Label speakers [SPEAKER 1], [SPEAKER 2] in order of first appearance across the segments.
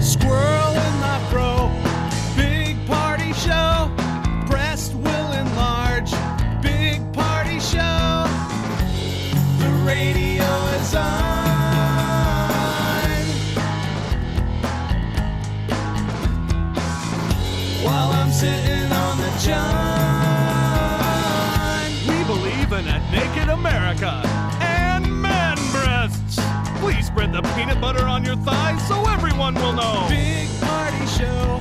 [SPEAKER 1] Squirrel in my bro, big party show. Breast will enlarge, big party show. The radio is on. While I'm sitting on the john. We believe in a naked America and man breasts. Please spread the peanut butter on your thighs so everyone will know. Big party show.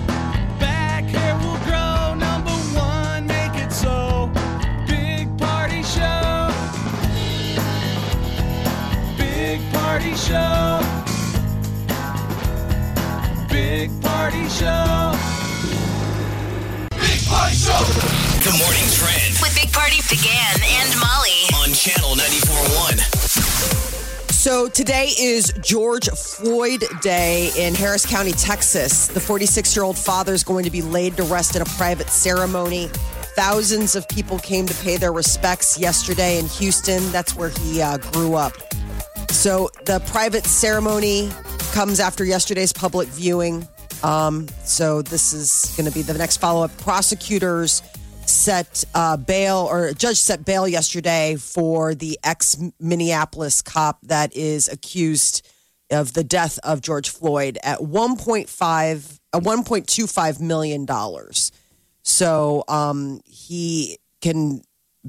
[SPEAKER 1] Back hair will grow. Number one, make it so. Big party show. Big party show. Big party show. Big party show.
[SPEAKER 2] The morning trend
[SPEAKER 3] with Big Party began and Molly.
[SPEAKER 2] on channel 941.
[SPEAKER 4] So today is George Floyd Day in Harris County, Texas. The 46 year old father is going to be laid to rest at a private ceremony. Thousands of people came to pay their respects yesterday in Houston. That's where he uh, grew up. So the private ceremony comes after yesterday's public viewing. Um, so this is going to be the next follow up. Prosecutors set uh, bail, or a judge set bail yesterday for the ex Minneapolis cop that is accused of the death of George Floyd at 1.5 uh, 1.25 million dollars. So um, he can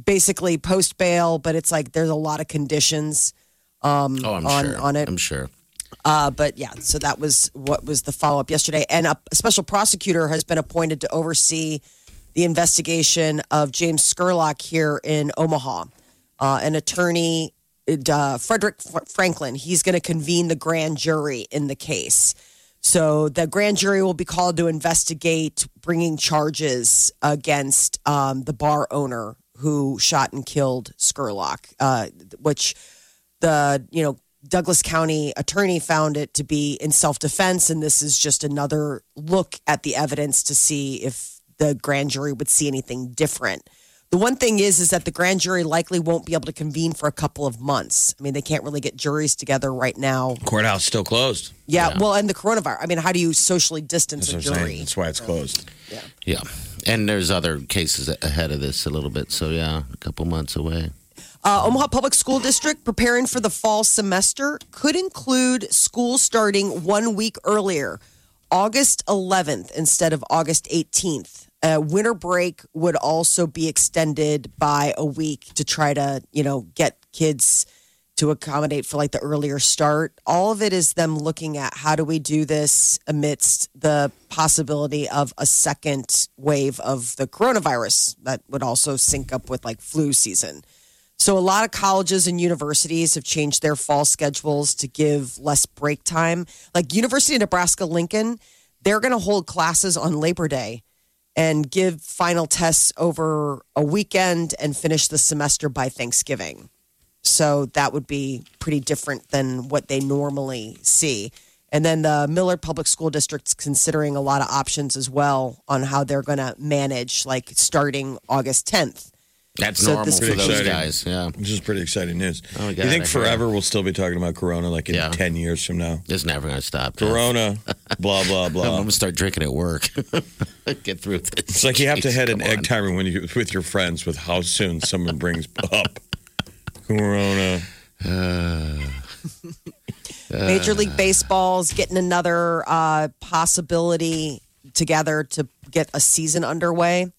[SPEAKER 4] basically post bail, but it's like there's a lot of conditions um,
[SPEAKER 5] Oh, I'm
[SPEAKER 4] on
[SPEAKER 5] sure.
[SPEAKER 4] on it.
[SPEAKER 5] I'm sure.
[SPEAKER 4] Uh, but yeah, so that was what was the follow up yesterday. And a special prosecutor has been appointed to oversee the investigation of James Skurlock here in Omaha. Uh, an attorney, uh, Frederick F- Franklin, he's going to convene the grand jury in the case. So the grand jury will be called to investigate bringing charges against um, the bar owner who shot and killed Skurlock, uh, which the you know Douglas County attorney found it to be in self defense, and this is just another look at the evidence to see if the grand jury would see anything different. The one thing is is that the grand jury likely won't be able to convene for a couple of months. I mean, they can't really get juries together right now.
[SPEAKER 5] Courthouse still closed.
[SPEAKER 4] Yeah, well, and the coronavirus. I mean, how do you socially distance
[SPEAKER 6] That's what I'm
[SPEAKER 4] a
[SPEAKER 6] saying.
[SPEAKER 4] jury?
[SPEAKER 6] That's why it's closed.
[SPEAKER 5] Yeah. And there's other cases a- ahead of this a little bit. So, yeah, a couple months away.
[SPEAKER 4] Uh, Omaha Public School District preparing for the fall semester could include school starting one week earlier, August 11th instead of August 18th. Uh, winter break would also be extended by a week to try to, you know, get kids to accommodate for like the earlier start. All of it is them looking at how do we do this amidst the possibility of a second wave of the coronavirus that would also sync up with like flu season. So a lot of colleges and universities have changed their fall schedules to give less break time. Like University of Nebraska Lincoln, they're going to hold classes on Labor Day and give final tests over a weekend and finish the semester by Thanksgiving. So that would be pretty different than what they normally see. And then the Millard Public School District's considering a lot of options as well on how they're going to manage, like starting August 10th.
[SPEAKER 5] That's
[SPEAKER 4] So
[SPEAKER 5] normal
[SPEAKER 4] this-
[SPEAKER 5] for
[SPEAKER 6] Pretty
[SPEAKER 5] those
[SPEAKER 6] exciting.
[SPEAKER 5] guys. Yeah.
[SPEAKER 6] This is pretty exciting news.
[SPEAKER 5] Oh, my God,
[SPEAKER 6] you think
[SPEAKER 5] I hear
[SPEAKER 6] forever we'll still be talking about Corona like in
[SPEAKER 5] Yeah.
[SPEAKER 6] 10 years from now?
[SPEAKER 5] It's never going to stop. man.
[SPEAKER 6] Corona, blah, blah,
[SPEAKER 5] I'm
[SPEAKER 6] blah.
[SPEAKER 5] going to start drinking at work. Get through this.
[SPEAKER 6] It's like you have to
[SPEAKER 5] Jeez,
[SPEAKER 6] head an
[SPEAKER 5] come
[SPEAKER 6] egg
[SPEAKER 5] on.
[SPEAKER 6] timer when you with your friends with how soon someone brings up Corona.
[SPEAKER 5] Uh,
[SPEAKER 4] Major League Baseball's getting another uh, possibility together to get a season underway.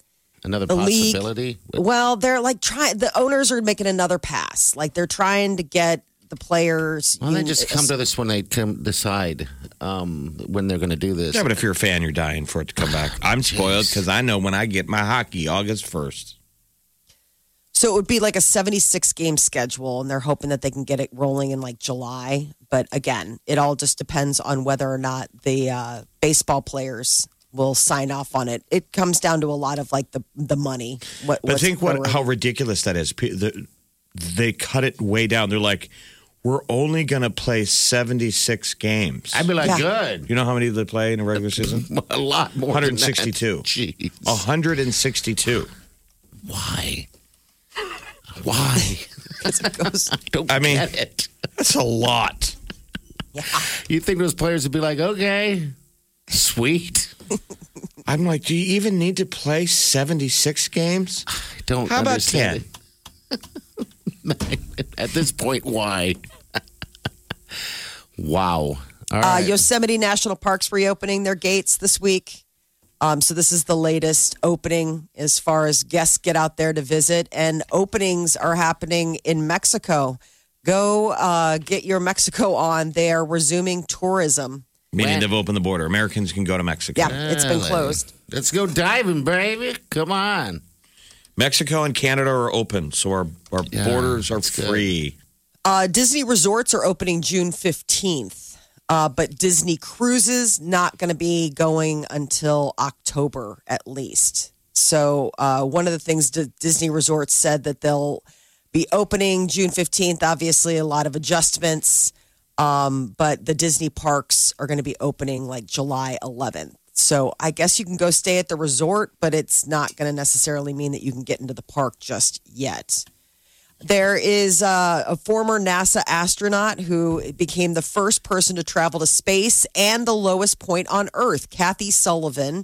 [SPEAKER 5] Another
[SPEAKER 4] The league-
[SPEAKER 5] possibility.
[SPEAKER 4] Well, they're like trying. The owners are making another pass. Like they're trying to get the players.
[SPEAKER 5] Well,
[SPEAKER 4] You-
[SPEAKER 5] they just come to this when they come decide um, when they're going to do this.
[SPEAKER 6] Yeah, but if you're a fan, you're dying for it to come back. I'm spoiled because I know when I get my hockey August 1st.
[SPEAKER 4] So it would be like a 76 game schedule, and they're hoping that they can get it rolling in like July. But again, it all just depends on whether or not the uh, baseball players will sign off on it. It comes down to a lot of like the the money. What,
[SPEAKER 6] But
[SPEAKER 4] what's
[SPEAKER 6] think what
[SPEAKER 4] forward.
[SPEAKER 6] how ridiculous that is. Pe- the- They cut it way down. They're like, we're only going to play 76 games.
[SPEAKER 5] I'd be like,
[SPEAKER 4] Yeah.
[SPEAKER 5] good.
[SPEAKER 6] you know how many they play in a regular season?
[SPEAKER 5] A lot more. than that.
[SPEAKER 6] 162.
[SPEAKER 5] Jeez.
[SPEAKER 6] Oh, 162.
[SPEAKER 5] Why? Why? Don't
[SPEAKER 6] I mean-
[SPEAKER 5] get it.
[SPEAKER 6] That's a lot.
[SPEAKER 5] You think those players would be like, okay, sweet?
[SPEAKER 6] I'm like, do you even need to play 76 games?
[SPEAKER 5] I don't
[SPEAKER 6] How about
[SPEAKER 5] understand it. At this point, why? wow. All
[SPEAKER 4] Uh,
[SPEAKER 5] right.
[SPEAKER 4] Yosemite National Park's reopening their gates this week. Um, so this is the latest opening as far as guests get out there to visit, and openings are happening in Mexico. Go uh, get your Mexico on. They are resuming tourism.
[SPEAKER 6] Meaning
[SPEAKER 5] When-
[SPEAKER 6] they've opened the border. Americans can go to Mexico.
[SPEAKER 4] Yeah, it's been
[SPEAKER 5] Really?
[SPEAKER 4] closed.
[SPEAKER 5] Let's go diving, baby. Come on.
[SPEAKER 6] Mexico and Canada are open, so our, our
[SPEAKER 5] Yeah,
[SPEAKER 6] borders are
[SPEAKER 5] that's good.
[SPEAKER 6] free.
[SPEAKER 4] Uh, Disney resorts are opening June fifteenth, uh, but Disney cruises not going to be going until October at least. So uh, one of the things D- Disney resorts said that they'll be opening June fifteenth. Obviously, a lot of adjustments, um, but the Disney parks are going to be opening like July eleventh. So I guess you can go stay at the resort, but it's not going to necessarily mean that you can get into the park just yet. There is uh, a former NASA astronaut who became the first person to travel to space and the lowest point on Earth. Kathy Sullivan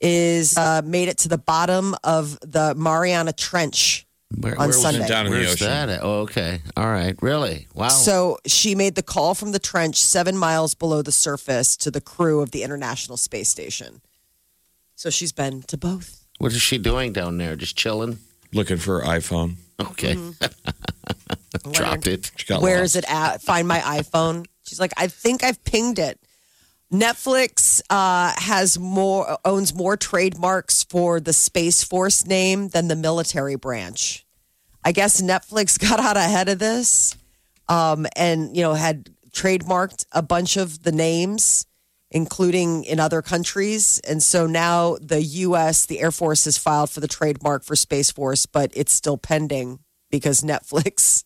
[SPEAKER 4] is uh, made it to the bottom of the Mariana Trench.
[SPEAKER 5] Where,
[SPEAKER 4] On
[SPEAKER 5] where was it?
[SPEAKER 4] Sunday.
[SPEAKER 6] Down in the
[SPEAKER 5] Where's
[SPEAKER 6] ocean.
[SPEAKER 5] that at? Oh, okay. All right. Really? Wow.
[SPEAKER 4] So she made the call from the trench seven miles below the surface to the crew of the International Space Station. So she's been to both.
[SPEAKER 5] what is she doing down there? Just chilling?
[SPEAKER 6] Looking for her iPhone.
[SPEAKER 5] Okay.
[SPEAKER 4] Mm-hmm.
[SPEAKER 5] Dropped it.
[SPEAKER 6] She got
[SPEAKER 4] Where
[SPEAKER 6] lost.
[SPEAKER 4] is it at? Find my iPhone. She's like, I think I've pinged it. Netflix uh, has more owns more trademarks for the Space Force name than the military branch. I guess Netflix got out ahead of this, um, and you know had trademarked a bunch of the names, including in other countries. And so now the U.S. the Air Force has filed for the trademark for Space Force, but it's still pending because Netflix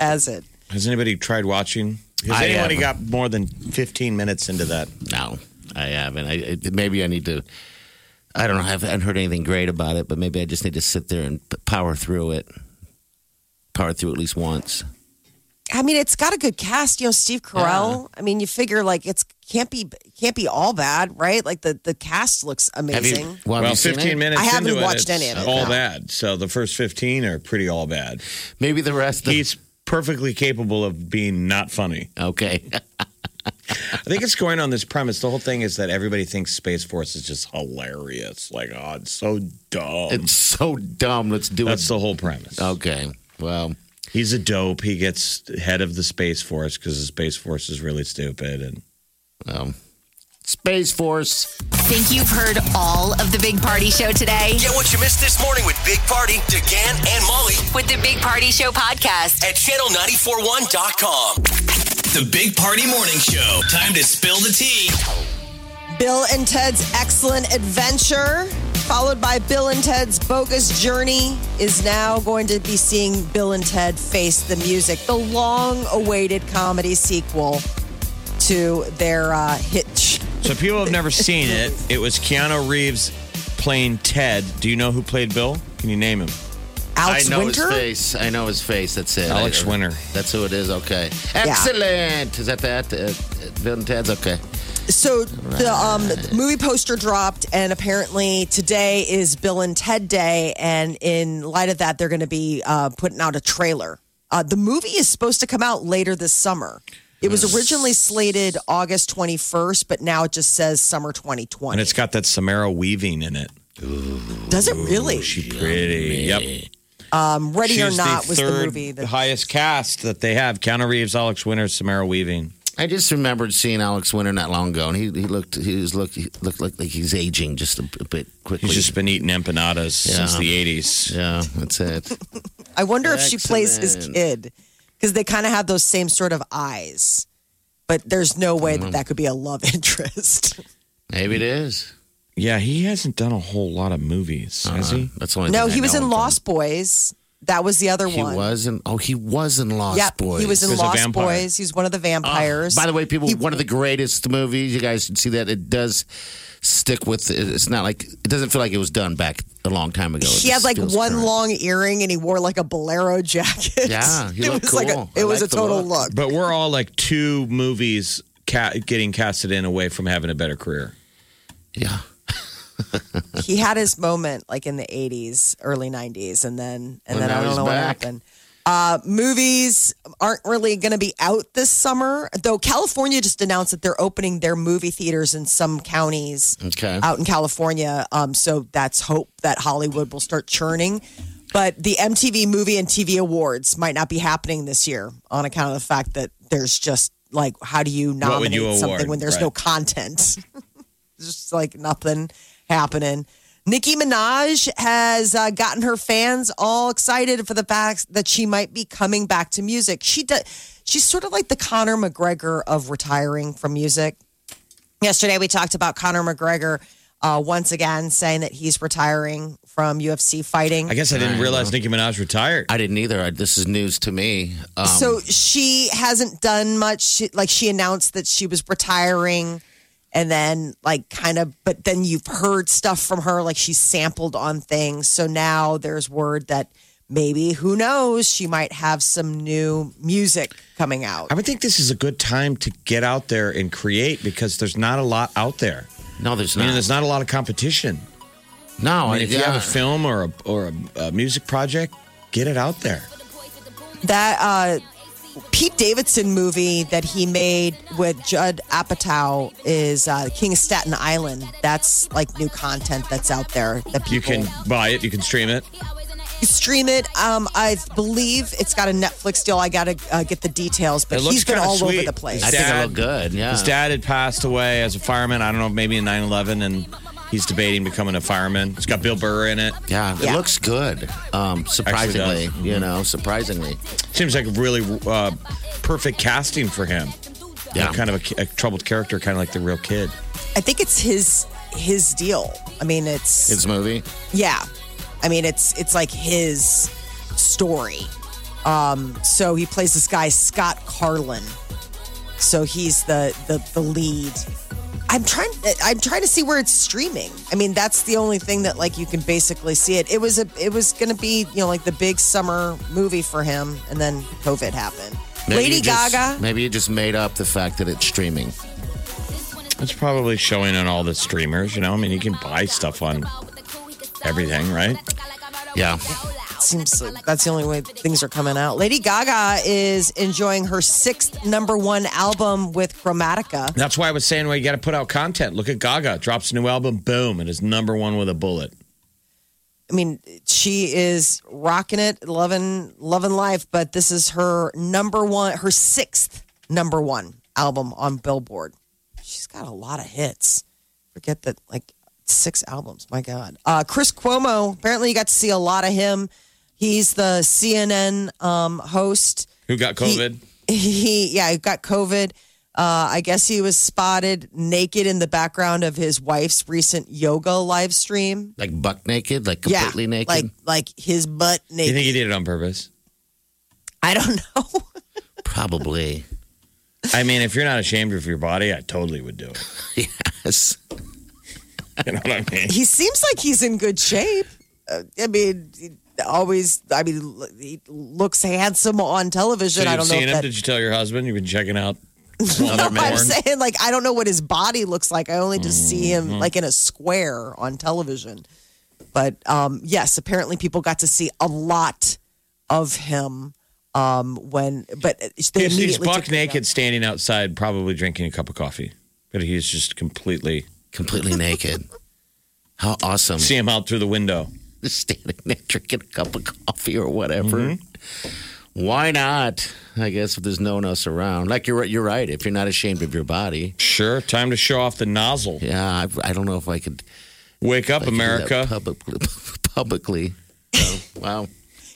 [SPEAKER 4] has it.
[SPEAKER 6] Has anybody tried watching? Has
[SPEAKER 5] I
[SPEAKER 6] anybody got
[SPEAKER 5] haven't.
[SPEAKER 6] more than 15 minutes into that?
[SPEAKER 5] No, I haven't. I, I maybe I need to. I don't know. I haven't heard anything great about it, but maybe I just need to sit there and p- power through it. Power through at least once.
[SPEAKER 4] I mean, it's got a good cast. You know, Steve Carell. I mean, you figure like it's can't be can't be all bad, right? Like the the cast looks amazing.
[SPEAKER 5] well, have
[SPEAKER 6] well,
[SPEAKER 5] you seen
[SPEAKER 6] 15
[SPEAKER 5] it?
[SPEAKER 6] minutes
[SPEAKER 4] I haven't
[SPEAKER 6] into
[SPEAKER 4] watched
[SPEAKER 6] it, it's
[SPEAKER 4] any of it,
[SPEAKER 6] All
[SPEAKER 4] no.
[SPEAKER 6] bad. So the first 15 are pretty all bad.
[SPEAKER 5] Maybe the rest. Of,
[SPEAKER 6] He's perfectly capable of being not funny.
[SPEAKER 5] okay.
[SPEAKER 6] I think it's going on this premise. The whole thing is that everybody thinks Space Force is just hilarious. Like, oh, it's so dumb.
[SPEAKER 5] it's so dumb. Let's do
[SPEAKER 6] That's
[SPEAKER 5] it.
[SPEAKER 6] the whole premise.
[SPEAKER 5] okay. Well,
[SPEAKER 6] He's a dope. He gets head of the Space Force because the Space Force is really stupid. And
[SPEAKER 5] um, Space Force.
[SPEAKER 3] Think you've heard all of the Big Party Show today?
[SPEAKER 2] Get what you missed this morning with Big Party, DeGan, and Molly
[SPEAKER 3] With the Big Party Show podcast.
[SPEAKER 2] at channel941.com. The Big Party Morning Show. Time to spill the tea.
[SPEAKER 4] Bill and Ted's Excellent Adventure, followed by Bill and Ted's Bogus Journey, is now going to be seeing Bill and Ted Face the Music, the long awaited comedy sequel to their uh, hit. sh-
[SPEAKER 6] so, if people have never seen it, it was Keanu Reeves playing Ted. Do you know who played Bill? Can you name him?
[SPEAKER 4] Alex
[SPEAKER 5] I know
[SPEAKER 4] Winter?
[SPEAKER 5] his face. I know his face. That's it.
[SPEAKER 6] Alex
[SPEAKER 5] I-
[SPEAKER 6] Winter.
[SPEAKER 5] That's who it is. Okay. Excellent. Is that that? Uh, uh, Bill and Ted's. Okay.
[SPEAKER 4] So the um, movie poster dropped, and apparently today is Bill and Ted Day, and in light of that, they're going to be uh, putting out a trailer. Uh, the movie is supposed to come out later this summer. It was originally slated August 21st, but now it just says summer 2020.
[SPEAKER 6] And it's got that Samara weaving in it.
[SPEAKER 4] Does it really?
[SPEAKER 6] She pretty. Yep.
[SPEAKER 4] Um, Ready or
[SPEAKER 6] She's
[SPEAKER 4] Not
[SPEAKER 6] the
[SPEAKER 4] was the
[SPEAKER 6] third
[SPEAKER 4] movie that
[SPEAKER 6] highest cast that they have. Keanu Reeves, Alex Winter, Samara Weaving.
[SPEAKER 5] I just remembered seeing Alex Winter not long ago, and he, he looked he was looked he looked like, like he's aging just a, a bit quickly.
[SPEAKER 6] He's just been eating empanadas since
[SPEAKER 5] Yeah.
[SPEAKER 6] the eighties.
[SPEAKER 5] yeah, that's it.
[SPEAKER 4] I wonder if she plays his
[SPEAKER 5] Excellent.
[SPEAKER 4] kid because they kind of have those same sort of eyes. But there's no way that that could be a love interest.
[SPEAKER 5] Maybe it is.
[SPEAKER 6] Yeah, he hasn't done a whole lot of movies,
[SPEAKER 5] Uh-huh.
[SPEAKER 6] has he?
[SPEAKER 5] Uh, That's the only.
[SPEAKER 4] no,
[SPEAKER 5] thing I
[SPEAKER 4] he was
[SPEAKER 5] know
[SPEAKER 4] in
[SPEAKER 5] him from.
[SPEAKER 4] Lost Boys. That was the other
[SPEAKER 5] He
[SPEAKER 4] one.
[SPEAKER 5] was in. Oh, he was in Lost
[SPEAKER 4] yeah,
[SPEAKER 5] Boys. Oh,
[SPEAKER 4] he was in
[SPEAKER 6] There's a
[SPEAKER 4] Lost
[SPEAKER 6] vampire.
[SPEAKER 4] Boys. He's one of the vampires.
[SPEAKER 5] Ah, By the way, people, one of the greatest movies. You guys should see that. It does stick with. It's not like it doesn't feel like it was done back a long time ago. It
[SPEAKER 4] he had
[SPEAKER 5] just
[SPEAKER 4] like
[SPEAKER 5] feels
[SPEAKER 4] one
[SPEAKER 5] current.
[SPEAKER 4] long earring and he wore like a bolero jacket.
[SPEAKER 5] Yeah, he
[SPEAKER 4] it
[SPEAKER 5] looked
[SPEAKER 4] was like a,
[SPEAKER 5] cool. I
[SPEAKER 4] it was a
[SPEAKER 5] like the
[SPEAKER 4] total look.
[SPEAKER 5] look.
[SPEAKER 6] But we're all like two movies ca- getting casted in away from having a better career.
[SPEAKER 5] Yeah,
[SPEAKER 4] he had his moment like in the 80s, early 90s, and then and
[SPEAKER 5] Well,
[SPEAKER 4] then I
[SPEAKER 5] now
[SPEAKER 4] don't
[SPEAKER 5] he's
[SPEAKER 4] know what
[SPEAKER 5] back.
[SPEAKER 4] happened. Uh, movies aren't really going to be out this summer, though. California just announced that they're opening their movie theaters in some counties
[SPEAKER 5] Okay.
[SPEAKER 4] out in California. Um, so that's hope that Hollywood will start churning. But the MTV Movie and TV Awards might not be happening this year on account of the fact that there's just like, how do you
[SPEAKER 6] What would
[SPEAKER 4] nominate
[SPEAKER 6] you
[SPEAKER 4] something
[SPEAKER 6] award?
[SPEAKER 4] when there's no
[SPEAKER 6] Right.
[SPEAKER 4] content? just like nothing happening. Nicki Minaj has uh, gotten her fans all excited for the fact that she might be coming back to music. She does. She's sort of like the Conor McGregor of retiring from music. Yesterday we talked about Conor McGregor uh, once again saying that he's retiring from UFC fighting.
[SPEAKER 6] I guess I didn't realize Nicki Minaj retired.
[SPEAKER 5] I didn't either. I, this is news to me. Um,
[SPEAKER 4] so she hasn't done much. She, like she announced that she was retiring, and then like kind of, but then you've heard stuff from her. Like she sampled on things. So now there's word that maybe who knows she might have some new music coming out.
[SPEAKER 6] I would think this is a good time to get out there and create because there's not a lot out there.
[SPEAKER 5] no, there's
[SPEAKER 6] I mean,
[SPEAKER 5] not.
[SPEAKER 6] there's not a lot of competition.
[SPEAKER 5] no,
[SPEAKER 6] I mean, if you
[SPEAKER 5] yeah.
[SPEAKER 6] have a film or a, or a, a music project, get it out there.
[SPEAKER 4] that uh, Pete Davidson movie that he made with Judd Apatow is uh, King of Staten Island. That's like new content that's out there that people
[SPEAKER 6] You can buy it, you can stream it.
[SPEAKER 4] You stream it. Um, I believe it's got a Netflix deal. I gotta uh, get the details, but
[SPEAKER 6] It looks
[SPEAKER 4] he's been
[SPEAKER 6] kinda
[SPEAKER 4] all
[SPEAKER 6] sweet.
[SPEAKER 4] over the place.
[SPEAKER 5] I think I look good. Yeah,
[SPEAKER 6] His dad had passed away as a fireman. I don't know, maybe in 9 11, and he's debating becoming a fireman. It's got Bill Burr in it.
[SPEAKER 5] yeah, Mm-hmm. it
[SPEAKER 4] Yeah.
[SPEAKER 5] looks good. Um, surprisingly,
[SPEAKER 6] does.
[SPEAKER 5] you know, surprisingly.
[SPEAKER 6] Seems like a really uh, perfect casting for him.
[SPEAKER 5] Yeah,
[SPEAKER 6] Kind of a, a troubled character, kind of like the real kid.
[SPEAKER 4] I think it's his his deal. I mean, it's,
[SPEAKER 5] His movie.
[SPEAKER 4] yeah. I mean, it's it's like his story. Um, so he plays this guy Scott Carlin. So he's the the, the lead. I'm trying. I'm trying to see where it's streaming. I mean, that's the only thing that like you can basically see it. It was a. It was going to be you know like the big summer movie for him, and then COVID happened.
[SPEAKER 5] Maybe
[SPEAKER 4] Lady
[SPEAKER 5] you just-
[SPEAKER 4] Gaga.
[SPEAKER 5] Maybe you just made up the fact that it's streaming.
[SPEAKER 6] It's probably showing on all the streamers, you know? I mean, you can buy stuff on everything, right?
[SPEAKER 5] Yeah.
[SPEAKER 4] seems like that's the only way things are coming out. Lady Gaga is enjoying her sixth number one album with Chromatica.
[SPEAKER 6] That's why I was saying, well, you got to put out content. Look at Gaga, drops a new album, boom, it is number one with a bullet.
[SPEAKER 4] I mean, she is rocking it, loving, loving life. But this is her number one, her sixth number one album on Billboard. She's got a lot of hits. Forget that, like six albums. My God, uh, Chris Cuomo. Apparently, you got to see a lot of him. He's the CNN um, host.
[SPEAKER 6] Who got COVID?
[SPEAKER 4] He, he yeah, he got COVID. Uh, I guess he was spotted naked in the background of his wife's recent yoga live stream.
[SPEAKER 5] Like buck naked, like completely
[SPEAKER 4] yeah,
[SPEAKER 5] naked.
[SPEAKER 4] like like his butt
[SPEAKER 6] you
[SPEAKER 4] naked.
[SPEAKER 6] think he did it on purpose?
[SPEAKER 4] I don't know.
[SPEAKER 5] Probably.
[SPEAKER 6] I mean, if you're not ashamed of your body, I totally would do it.
[SPEAKER 5] yes.
[SPEAKER 6] You know what I mean?
[SPEAKER 4] he seems like he's in good shape. Uh, I mean, he always. I mean, l- he looks handsome on television.
[SPEAKER 6] Did
[SPEAKER 4] I
[SPEAKER 6] you
[SPEAKER 4] don't know.
[SPEAKER 6] seen
[SPEAKER 4] If
[SPEAKER 6] him?
[SPEAKER 4] that,
[SPEAKER 6] Did you tell your husband you've been checking out?
[SPEAKER 4] no,
[SPEAKER 6] Walter
[SPEAKER 4] I'm
[SPEAKER 6] Moore?
[SPEAKER 4] saying like I don't know what his body looks like. I only just see
[SPEAKER 6] Mm-hmm.
[SPEAKER 4] him like in a square on television. But um, yes, apparently people got to see a lot of him um, when. But they
[SPEAKER 6] He's, he's
[SPEAKER 4] immediately
[SPEAKER 6] buck
[SPEAKER 4] took it down.
[SPEAKER 6] naked, standing outside, probably drinking a cup of coffee. But he's just completely
[SPEAKER 5] Completely naked. How awesome.
[SPEAKER 6] see him out through the window.
[SPEAKER 5] just standing there drinking a cup of coffee or whatever. Mm-hmm. Why not? I guess if there's no one else around, like you're right- you're right. If you're not ashamed of your body,
[SPEAKER 6] Sure, time to show off the nozzle.
[SPEAKER 5] yeah, I, I don't know if I could
[SPEAKER 6] Wake up,
[SPEAKER 5] I could do that
[SPEAKER 6] America.
[SPEAKER 5] publicly. publicly. So, wow.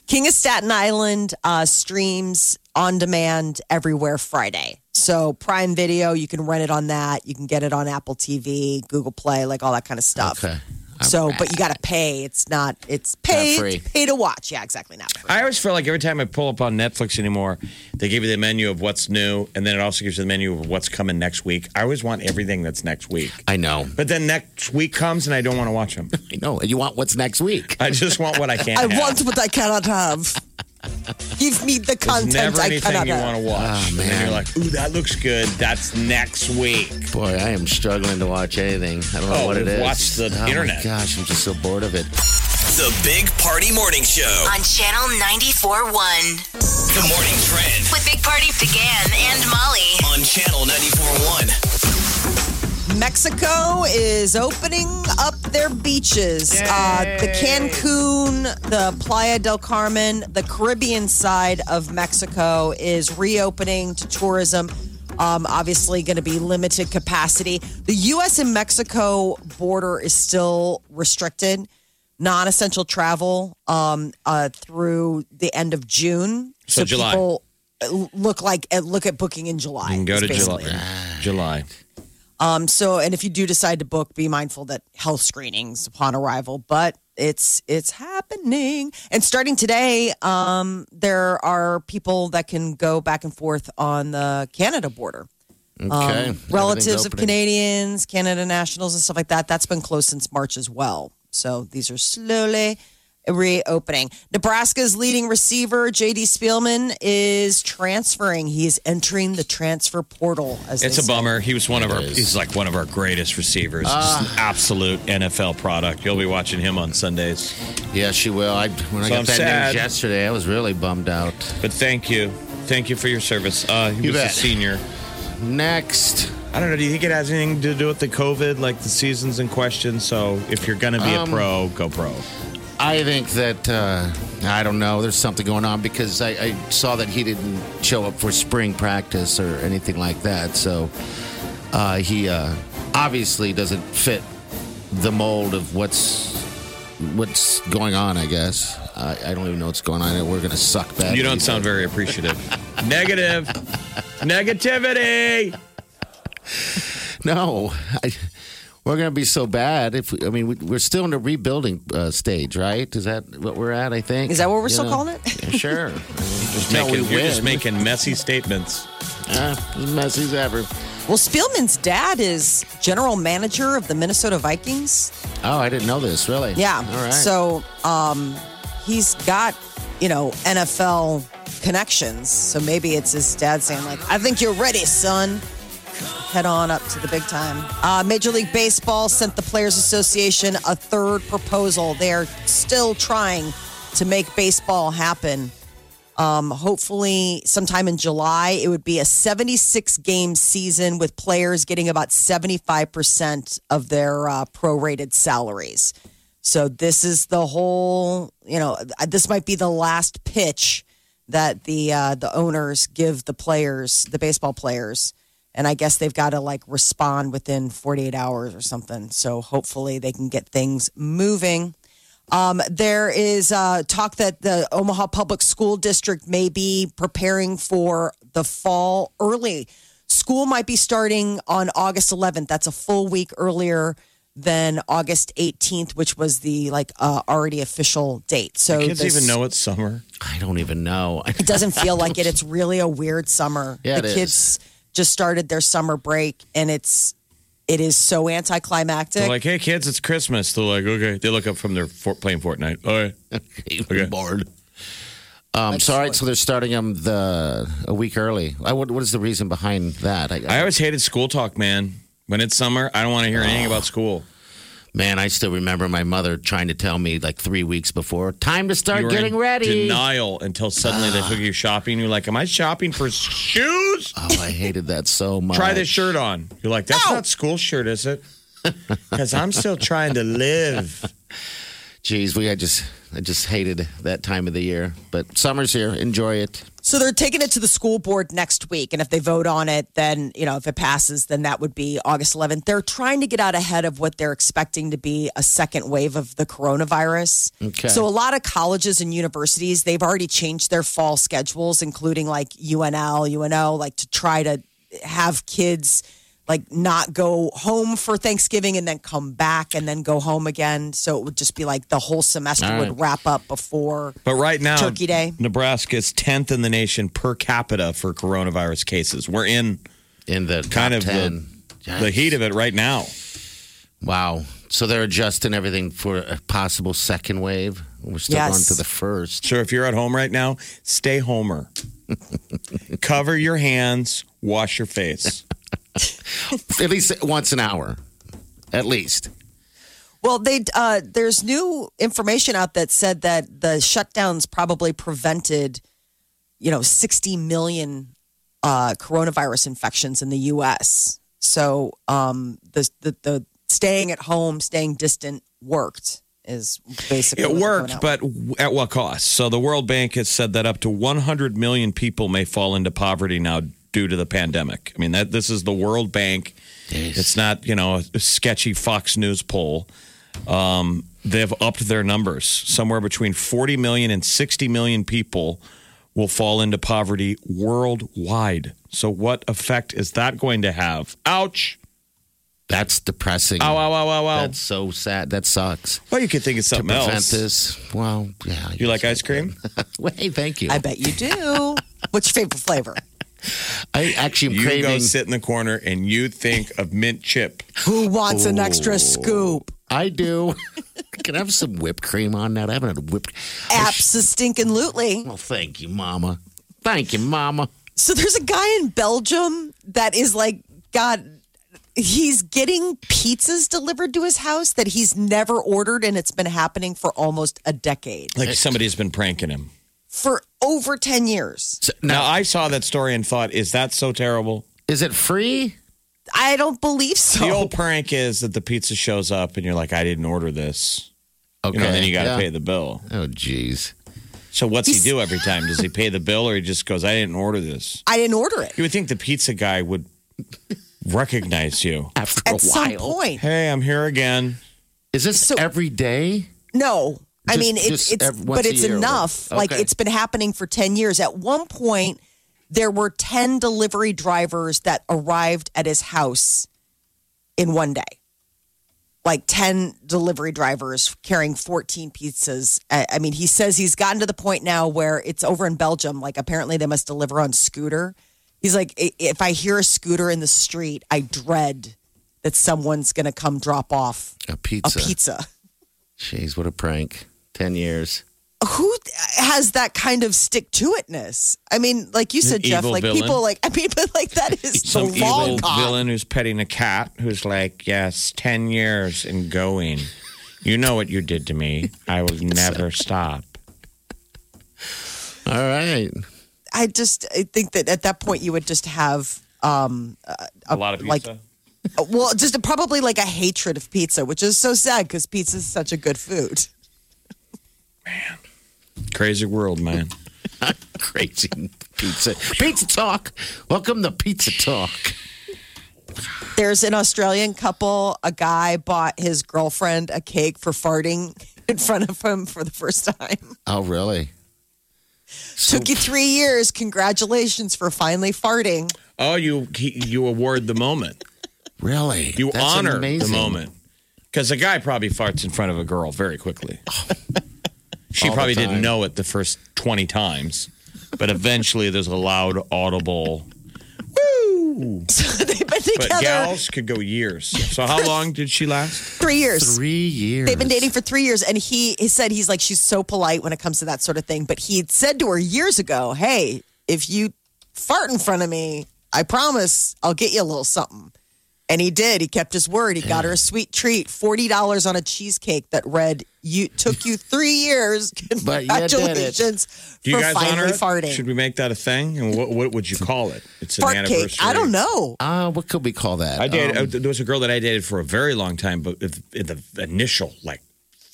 [SPEAKER 4] King of Staten Island uh, streams on demand everywhere Friday. So Prime Video, you can rent it on that. You can get it on Apple TV, Google Play, like all that kind of stuff.
[SPEAKER 5] Okay.
[SPEAKER 4] So, but you got to pay. It's not. It's paid.
[SPEAKER 5] free.
[SPEAKER 4] Pay to watch. Yeah, exactly. Not free.
[SPEAKER 6] I always feel like every time I pull up on Netflix anymore, they give you the menu of what's new, and then it also gives you the menu of what's coming next week. I always want everything that's next week.
[SPEAKER 5] I know.
[SPEAKER 6] But then next week comes, and I don't want to watch them.
[SPEAKER 5] I know. You want what's next week?
[SPEAKER 6] I just want what I can.
[SPEAKER 4] I
[SPEAKER 6] have.
[SPEAKER 4] want what I cannot have. Give me the
[SPEAKER 6] There's
[SPEAKER 4] content
[SPEAKER 6] never
[SPEAKER 4] I
[SPEAKER 6] anything
[SPEAKER 4] cannot
[SPEAKER 6] you
[SPEAKER 4] have.
[SPEAKER 6] want to watch. And then you're like, ooh, that looks good. That's next week.
[SPEAKER 5] Boy, I am struggling to watch anything. I don't know
[SPEAKER 6] Oh,
[SPEAKER 5] what it is.
[SPEAKER 6] watch the
[SPEAKER 5] Oh my
[SPEAKER 6] internet.
[SPEAKER 5] gosh, I'm just so bored of it.
[SPEAKER 2] The Big Party Morning Show.
[SPEAKER 3] On Channel 94.1.
[SPEAKER 2] Good morning, Trend.
[SPEAKER 3] With Big Party began and Molly.
[SPEAKER 2] On Channel 94.1.
[SPEAKER 4] Mexico is opening up their beaches. Uh, the Cancun, the Playa del Carmen, the Caribbean side of Mexico is reopening to tourism. Um, obviously, going to be limited capacity. The U.S. and Mexico border is still restricted, non essential travel um, uh, through the end of June.
[SPEAKER 6] So July.
[SPEAKER 4] people uh, look like uh, look at booking in July.
[SPEAKER 6] You can go
[SPEAKER 4] is
[SPEAKER 6] to
[SPEAKER 4] basically
[SPEAKER 6] July. July.
[SPEAKER 4] um, so, and if you do decide to book, be mindful that health screenings upon arrival. But it's it's happening, and starting today, um, there are people that can go back and forth on the Canada border.
[SPEAKER 5] Okay.
[SPEAKER 4] Um, Relatives
[SPEAKER 5] Everything's
[SPEAKER 4] of
[SPEAKER 5] opening.
[SPEAKER 4] Canadians, Canada nationals, and stuff like that. That's been closed since March as well. So these are slowly reopening. Nebraska's leading receiver J.D. Spielman is transferring. He is entering the transfer portal. As
[SPEAKER 6] It's
[SPEAKER 4] they
[SPEAKER 6] a
[SPEAKER 4] say.
[SPEAKER 6] bummer. He was one of our. He's like one of our greatest receivers. Just an absolute NFL product. You'll be watching him on Sundays.
[SPEAKER 5] Yeah, she will. I, when I
[SPEAKER 6] So
[SPEAKER 5] got
[SPEAKER 6] I'm
[SPEAKER 5] that
[SPEAKER 6] sad.
[SPEAKER 5] news yesterday, I was really bummed out.
[SPEAKER 6] But thank you, thank you for your service. Uh, he
[SPEAKER 5] You
[SPEAKER 6] was a
[SPEAKER 5] bet.
[SPEAKER 6] senior.
[SPEAKER 5] Next.
[SPEAKER 6] I don't know. Do you think it has anything to do with the COVID, like the seasons in question? So if you're going to be a pro, go pro.
[SPEAKER 5] I think that uh, I don't know. There's something going on because I, I saw that he didn't show up for spring practice or anything like that. So uh, he uh, obviously doesn't fit the mold of what's what's going on. I guess I, I don't even know what's going on. We're gonna suck bad.
[SPEAKER 6] You don't sound very appreciative. Negative. Negativity.
[SPEAKER 5] No, I, we're gonna be so bad. If we, I mean, we, we're still in the rebuilding uh, stage, right? Is that what we're at? I think.
[SPEAKER 4] Is that what we're
[SPEAKER 5] You
[SPEAKER 4] still
[SPEAKER 5] know?
[SPEAKER 4] calling it?
[SPEAKER 5] Yeah, sure.
[SPEAKER 6] Just
[SPEAKER 5] No,
[SPEAKER 6] making,
[SPEAKER 5] we
[SPEAKER 6] you're just
[SPEAKER 5] win.
[SPEAKER 6] making messy statements.
[SPEAKER 5] uh, as messy as ever.
[SPEAKER 4] Well, Spielman's dad is general manager of the Minnesota Vikings.
[SPEAKER 5] Oh, I didn't know this. Really?
[SPEAKER 4] Yeah.
[SPEAKER 5] All right.
[SPEAKER 4] So um, he's got, you know, NFL connections. So maybe it's his dad saying, like, I think you're ready, son. Head on up to the big time. Uh, Major League Baseball sent the Players Association a third proposal. They're still trying to make baseball happen. Um, hopefully, sometime in July, it would be a 76 game season with players getting about 75% of their uh, prorated salaries. So, this is the whole, you know, this might be the last pitch that the uh, the owners give the players, the baseball players. And I guess they've got to like respond within 48 hours or something. So, hopefully, they can get things moving. Um, there is uh, talk that the Omaha Public School District may be preparing for the fall early. School might be starting on August 11th. That's a full week earlier than August 18th, which was the like uh, already official date. So
[SPEAKER 6] Kids
[SPEAKER 4] this-
[SPEAKER 6] even know it's summer.
[SPEAKER 5] I don't even know.
[SPEAKER 4] it doesn't feel like it. It's really a weird summer.
[SPEAKER 5] Yeah,
[SPEAKER 4] the
[SPEAKER 5] it
[SPEAKER 4] kids just started their summer break, and it's it is so anticlimactic.
[SPEAKER 6] They're like, hey, kids, it's Christmas. They're like, okay. They look up from their for- playing Fortnite. Oh, All right.
[SPEAKER 5] okay. bored. Um, so, all right, so they're starting them the a week early. I, what, what is the reason behind that?
[SPEAKER 6] I always hated school talk, man. When it's summer, I don't want to hear anything about school.
[SPEAKER 5] man, I still remember my mother trying to tell me like three weeks before time to start
[SPEAKER 6] You were
[SPEAKER 5] getting
[SPEAKER 6] in
[SPEAKER 5] ready.
[SPEAKER 6] Denial until suddenly they took you shopping. You're like, am I shopping for shoes?
[SPEAKER 5] oh, I hated that so much.
[SPEAKER 6] Try this shirt on. You're like, that's not school shirt, is it? Because I'm still trying to live.
[SPEAKER 5] geez, we I just I just hated that time of the year. But summer's here. Enjoy it.
[SPEAKER 4] So they're taking it to the school board next week, and if they vote on it, then you know if it passes, then that would be August 11th. They're trying to get out ahead of what they're expecting to be a second wave of the coronavirus.
[SPEAKER 5] Okay.
[SPEAKER 4] So a lot of colleges and universities they've already changed their fall schedules, including like UNL, UNO, like to try to have kids like not go home for Thanksgiving and then come back and then go home again. So it would just be like the whole semester
[SPEAKER 5] All right.
[SPEAKER 4] would wrap up before.
[SPEAKER 6] But right now,
[SPEAKER 4] Turkey Day.
[SPEAKER 6] Nebraska is 10th in the nation per capita for coronavirus cases. We're in
[SPEAKER 5] In the
[SPEAKER 6] kind
[SPEAKER 5] top
[SPEAKER 6] of
[SPEAKER 5] 10.
[SPEAKER 6] the, the heat of it right now.
[SPEAKER 5] Wow. So they're adjusting everything for a possible second wave. We're still
[SPEAKER 4] Yes.
[SPEAKER 5] going to the first.
[SPEAKER 6] So if you're at home right now, stay homer. Cover your hands, wash your face.
[SPEAKER 5] At least once an hour. At least.
[SPEAKER 4] Well, they uh, there's new information out that said that the shutdowns probably prevented, you know, 60 million uh, coronavirus infections in the U.S. So um, the, the the staying at home, staying distant worked is basically
[SPEAKER 6] It
[SPEAKER 4] what they're
[SPEAKER 6] worked,
[SPEAKER 4] going out.
[SPEAKER 6] but w- at what cost? So the World Bank has said that up to 100 million people may fall into poverty now due to the pandemic. I mean, that this is the World Bank. It's not, you know, a sketchy Fox News poll. Um, they've upped their numbers. Somewhere between 40 million and 60 million people will fall into poverty worldwide. So what effect is that going to have? Ouch.
[SPEAKER 5] That's depressing.
[SPEAKER 6] Ow, ow, ow, ow, ow.
[SPEAKER 5] That's so sad. That sucks.
[SPEAKER 6] well, you could think it's
[SPEAKER 5] To
[SPEAKER 6] something
[SPEAKER 5] prevent
[SPEAKER 6] else.
[SPEAKER 5] this. Well, yeah.
[SPEAKER 6] You like ice cream?
[SPEAKER 5] Well, hey, thank you.
[SPEAKER 4] I
[SPEAKER 5] I,
[SPEAKER 4] bet you do. What's your favorite flavor?
[SPEAKER 5] actually am
[SPEAKER 6] You go
[SPEAKER 5] craving.
[SPEAKER 6] sit in the corner and you think of mint chip.
[SPEAKER 4] Who wants an
[SPEAKER 6] Oh.
[SPEAKER 4] extra scoop?
[SPEAKER 5] I do. Can I have some whipped cream on that? I haven't had whipped.
[SPEAKER 4] Apsa stinking lootly.
[SPEAKER 5] Well, thank you, Mama. Thank you, Mama.
[SPEAKER 4] So there's a guy in Belgium that is like, God, he's getting pizzas delivered to his house that he's never ordered, and it's been happening for almost a decade,
[SPEAKER 6] Like somebody's been pranking him.
[SPEAKER 4] for over 10 years.
[SPEAKER 5] So,
[SPEAKER 6] Now,
[SPEAKER 5] now,
[SPEAKER 6] I saw that story and thought, is that so terrible?
[SPEAKER 5] is it free?
[SPEAKER 4] I don't believe so.
[SPEAKER 6] The old prank is that the pizza shows up and you're like, I didn't order this.
[SPEAKER 5] Okay.
[SPEAKER 6] You know, then you got to
[SPEAKER 5] yeah.
[SPEAKER 6] pay the bill.
[SPEAKER 5] Oh, jeez.
[SPEAKER 6] So what's he do every time? Does he pay the bill or he just goes, I didn't order this?
[SPEAKER 4] I didn't order it
[SPEAKER 6] You would think the pizza guy would recognize you.
[SPEAKER 5] After a
[SPEAKER 4] at some
[SPEAKER 5] while.
[SPEAKER 4] point.
[SPEAKER 6] Hey, I'm here again.
[SPEAKER 5] Is this
[SPEAKER 4] So-
[SPEAKER 5] every day?
[SPEAKER 4] No. I
[SPEAKER 5] Just-
[SPEAKER 4] mean,
[SPEAKER 5] just
[SPEAKER 4] it's, it's
[SPEAKER 5] every- once
[SPEAKER 4] but
[SPEAKER 5] a
[SPEAKER 4] it's
[SPEAKER 5] year.
[SPEAKER 4] enough. Like,
[SPEAKER 5] Okay.
[SPEAKER 4] it's been happening for 10 years. At one point, there were 10 delivery drivers that arrived at his house in one day. Like 10 delivery drivers carrying 14 pizzas. I, I mean, he says he's gotten to the point now where it's over in Belgium. Like, apparently, they must deliver on scooter. He's like, "I- if I hear a scooter in the street, I dread that someone's going to come drop off
[SPEAKER 5] A
[SPEAKER 4] a
[SPEAKER 5] pizza.
[SPEAKER 4] pizza.
[SPEAKER 5] Jeez, what a prank. 10 years.
[SPEAKER 4] who has that kind of stick to itness? I mean, like you said,
[SPEAKER 6] An
[SPEAKER 4] Jeff,
[SPEAKER 6] evil
[SPEAKER 4] like
[SPEAKER 6] villain.
[SPEAKER 4] people like I mean, but like that is the
[SPEAKER 6] Some
[SPEAKER 4] long
[SPEAKER 6] evil
[SPEAKER 4] con.
[SPEAKER 6] villain who's petting a cat who's like, Yes, 10 years and going. You know what you did to me. I will never stop.
[SPEAKER 5] All right.
[SPEAKER 4] I just I think that at that point you would just have um a,
[SPEAKER 6] A lot of pizza.
[SPEAKER 4] like uh, well just a, probably like a hatred of pizza, which is so sad because pizza is such a good food.
[SPEAKER 6] Crazy world, man.
[SPEAKER 5] Crazy pizza. Pizza talk. Welcome to Pizza Talk.
[SPEAKER 4] There's an Australian couple. A guy bought his girlfriend a cake for farting in front of him for the first time.
[SPEAKER 5] Oh, really? So,
[SPEAKER 4] Took you three years. Congratulations for finally farting.
[SPEAKER 6] Oh, you he, you award the moment.
[SPEAKER 5] really?
[SPEAKER 6] You
[SPEAKER 5] That's
[SPEAKER 6] honor
[SPEAKER 5] amazing.
[SPEAKER 6] the moment. Because a guy probably farts in front of a girl very quickly. she
[SPEAKER 5] All the
[SPEAKER 6] probably
[SPEAKER 5] time.
[SPEAKER 6] didn't know it the first 20 times, but eventually there's a loud, audible. Woo!
[SPEAKER 4] So they've been
[SPEAKER 6] But
[SPEAKER 4] together
[SPEAKER 6] gals could go years. So, how long did she last?
[SPEAKER 4] three years.
[SPEAKER 5] Three years.
[SPEAKER 4] They've been dating for three years, and he, he said he's like she's so polite when it comes to that sort of thing. But he had said to her years ago, "Hey, if you fart in front of me, I promise I'll get you a little something." And he did. He kept his word. He got her a sweet treat, forty dollars on a cheesecake that read, "You took you three years.
[SPEAKER 5] But you did it.
[SPEAKER 4] Congratulations
[SPEAKER 6] Do you
[SPEAKER 4] for
[SPEAKER 6] guys honor
[SPEAKER 4] finally
[SPEAKER 6] it?
[SPEAKER 4] farting."
[SPEAKER 6] Should we make that a thing? And what, what would you call it? It's an
[SPEAKER 4] Fart
[SPEAKER 6] anniversary.
[SPEAKER 4] cake. I don't know.
[SPEAKER 5] Uh, what could we call that?
[SPEAKER 6] I dated.
[SPEAKER 5] Um,
[SPEAKER 6] uh, there was a girl that I dated for a very long time, but if, if the initial like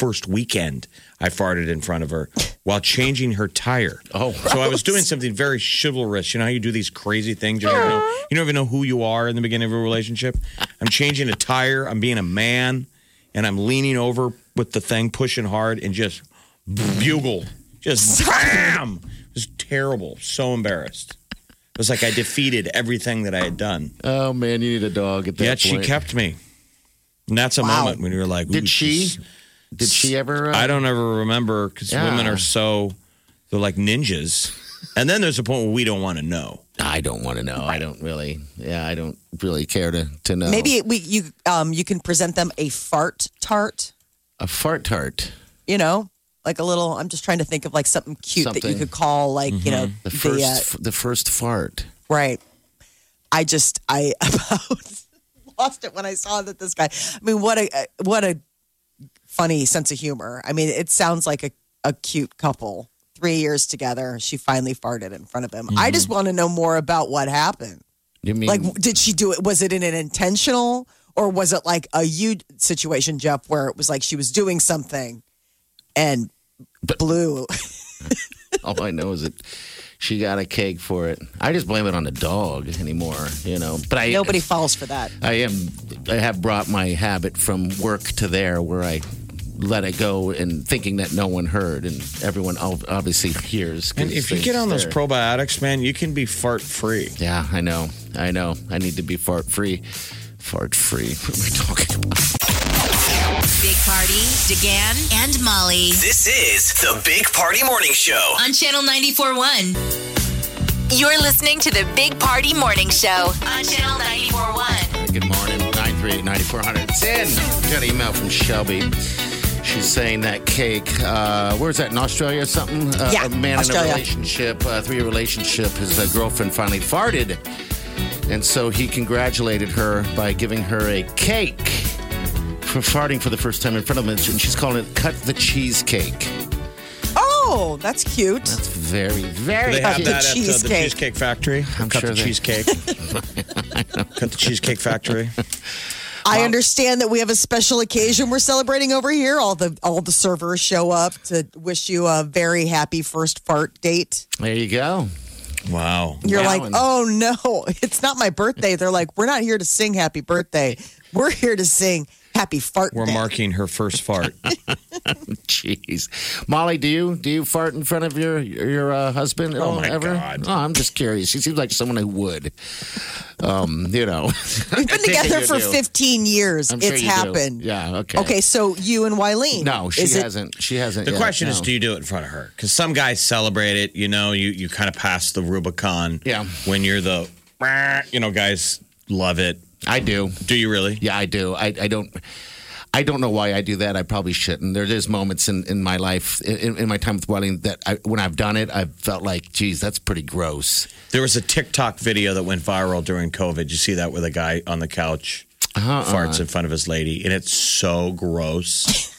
[SPEAKER 6] first weekend I farted in front of her while changing her tire. Oh, so I was doing something very chivalrous. You know how you do these crazy things? You don't, even know, you don't even know who you are in the beginning of a relationship. I'm changing a tire. I'm being a man, and I'm leaning over with the thing pushing hard and just bugle, just bam. It was terrible. So embarrassed. It was like I defeated everything that I had done.
[SPEAKER 5] Oh man, you need a dog at that
[SPEAKER 6] Yet she
[SPEAKER 5] point.
[SPEAKER 6] kept me. And that's a moment when you were like, ooh,
[SPEAKER 5] Did she?
[SPEAKER 6] she's-
[SPEAKER 5] Did she ever? Uh,
[SPEAKER 6] I don't ever remember because
[SPEAKER 5] Yeah.
[SPEAKER 6] women are so, they're like ninjas. and then there's a point where we don't want to know.
[SPEAKER 5] I don't want to know. I don't really. Yeah, I don't really care to to know.
[SPEAKER 4] Maybe we you um you can present them a fart tart.
[SPEAKER 5] a fart tart.
[SPEAKER 4] You know, like a little. I'm just trying to think of like something cute that you
[SPEAKER 5] Something. Mm-hmm.
[SPEAKER 4] could call like you know
[SPEAKER 5] The first,
[SPEAKER 4] uh,
[SPEAKER 5] f- the first fart.
[SPEAKER 4] Right. I just I about lost it when I saw that this guy. I mean, what a uh, what a funny sense of humor. I mean, it sounds like a, a cute couple. Three years together, she finally farted in front of him. I just
[SPEAKER 5] Mm-hmm.
[SPEAKER 4] want to know more about what happened.
[SPEAKER 5] You mean
[SPEAKER 4] Like, did she do it? Was it in an intentional or was it like a you situation, Jeff, where it was like she was doing something and blew?
[SPEAKER 5] all I know is that she got a cake for it. I just blame it on the dog anymore. You know, but I
[SPEAKER 4] Nobody falls for that.
[SPEAKER 5] I am. I have brought my habit from work to there, where I let it go and thinking that no one heard, and everyone ob- obviously hears. 'cause
[SPEAKER 6] And if you
[SPEAKER 5] they-
[SPEAKER 6] get on those
[SPEAKER 5] they're-
[SPEAKER 6] probiotics, man, you can be fart free.
[SPEAKER 5] yeah, I know, I know. I need to be fart free, fart free. What am I talking about?
[SPEAKER 3] Big Party, DeGan, and Molly
[SPEAKER 2] This is the Big Party Morning Show.
[SPEAKER 3] on Channel 94.1. You're listening to the Big Party Morning Show on Channel 94.1.
[SPEAKER 5] Good morning, 938-9400. It's in. Got an email from Shelby. She's saying that cake, uh, where's that, in Australia or something? Uh,
[SPEAKER 4] Yeah,
[SPEAKER 5] a man in
[SPEAKER 4] Australia.
[SPEAKER 5] a relationship, uh, three-year relationship, his uh, girlfriend finally farted. And so he congratulated her by giving her a cake for farting for the first time in front of him. And she's calling it Cut the Cheesecake.
[SPEAKER 4] Oh, that's cute.
[SPEAKER 5] It's very,
[SPEAKER 6] Do
[SPEAKER 5] very
[SPEAKER 6] they have
[SPEAKER 4] the
[SPEAKER 6] that at uh, the
[SPEAKER 4] cheesecake.
[SPEAKER 6] Cheesecake Factory?
[SPEAKER 5] I'm
[SPEAKER 6] Cut
[SPEAKER 5] sure
[SPEAKER 6] the
[SPEAKER 5] they-
[SPEAKER 6] cheesecake. Cut the Cheesecake Factory.
[SPEAKER 4] I understand that we have a special occasion we're celebrating over here. All the all the servers show up to wish you a very happy first fart date.
[SPEAKER 5] There you go.
[SPEAKER 6] Wow.
[SPEAKER 4] You're
[SPEAKER 5] Wow,
[SPEAKER 4] like,
[SPEAKER 5] and-
[SPEAKER 4] oh no, it's not my birthday. They're like, we're not here to sing happy birthday. We're here to sing happy fart.
[SPEAKER 6] We're
[SPEAKER 4] day."
[SPEAKER 6] marking her first fart.
[SPEAKER 5] Jeez, Molly, do you do you fart in front of your your uh, husband? At
[SPEAKER 6] Oh,
[SPEAKER 5] all,
[SPEAKER 6] my
[SPEAKER 5] ever?
[SPEAKER 6] God.
[SPEAKER 5] Oh, I'm just curious. She seems like someone who would. Um, you know,
[SPEAKER 4] We've been together for 15 years.
[SPEAKER 5] I'm sure
[SPEAKER 4] it's
[SPEAKER 5] you do.
[SPEAKER 4] happened.
[SPEAKER 5] Yeah, okay.
[SPEAKER 4] Okay, so you and Wileen.
[SPEAKER 5] No, she
[SPEAKER 4] Is it-
[SPEAKER 5] hasn't. She hasn't.
[SPEAKER 6] The
[SPEAKER 5] yet,
[SPEAKER 6] question is,
[SPEAKER 5] no.
[SPEAKER 6] do you do it in front of her? Because some guys celebrate it. You know, you you kind of pass the Rubicon.
[SPEAKER 5] Yeah.
[SPEAKER 6] When you're the, you know, guys love it.
[SPEAKER 5] I do.
[SPEAKER 6] Do you really?
[SPEAKER 5] Yeah, I do. I, I don't. I don't know why I do that. I probably shouldn't. There is moments in, in my life, in, in my time with Wiley, that I, when I've done it, I've felt like, geez, that's pretty gross.
[SPEAKER 6] There was a TikTok video that went viral during COVID. You see that with a guy on the couch farts in front of his lady, and it's so gross.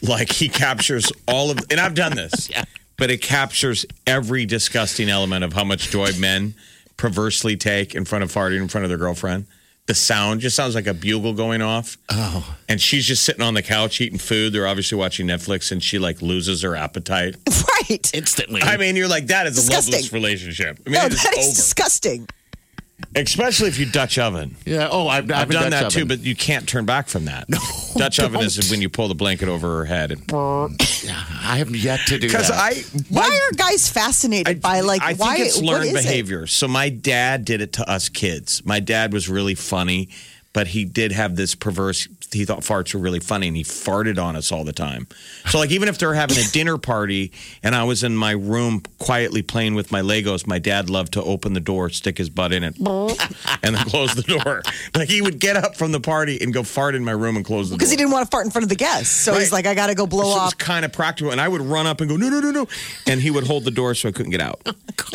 [SPEAKER 6] like he captures all of, and I've done this, but it captures every disgusting element of how much joy men perversely take in front of farting in front of their girlfriend. The sound just sounds like a bugle going off. Oh. And she's just sitting on the couch eating food. They're obviously watching Netflix and she like loses her appetite.
[SPEAKER 4] Right.
[SPEAKER 5] Instantly.
[SPEAKER 6] I mean, you're like, that is
[SPEAKER 4] Disgusting.
[SPEAKER 6] a loveless relationship. I mean,
[SPEAKER 4] No,
[SPEAKER 6] it is
[SPEAKER 4] that is
[SPEAKER 6] over
[SPEAKER 4] disgusting.
[SPEAKER 6] especially if you Dutch oven.
[SPEAKER 5] yeah. Oh, I've,
[SPEAKER 6] I've, done that
[SPEAKER 5] Dutch
[SPEAKER 6] too,
[SPEAKER 5] oven.
[SPEAKER 6] but you can't turn back from that. No, Dutch oven is
[SPEAKER 5] don't.
[SPEAKER 6] when you pull the blanket over her head. and-
[SPEAKER 5] I have yet to do that.
[SPEAKER 4] Why are guys fascinated by like
[SPEAKER 6] I think
[SPEAKER 4] why
[SPEAKER 6] it's
[SPEAKER 4] what
[SPEAKER 6] learned
[SPEAKER 4] is it?
[SPEAKER 6] behavior. So my dad did it to us kids. My dad was really funny, but he did have this perverse. He thought farts were really funny, and he farted on us all the time. So like even if they're having a dinner party, and I was in my room quietly playing with my Legos, my dad loved to open the door, stick his butt in it, and then close the door. Like he would get up from the party and go fart in my room and close the door
[SPEAKER 4] because he didn't want to fart in front of the guests. So he's
[SPEAKER 6] Right.
[SPEAKER 4] like, I got to go blow
[SPEAKER 6] so it
[SPEAKER 4] off.
[SPEAKER 6] was kind of practical. And I would run up and go, no, no, no, no. And he would hold the door so I couldn't get out.
[SPEAKER 4] Oh,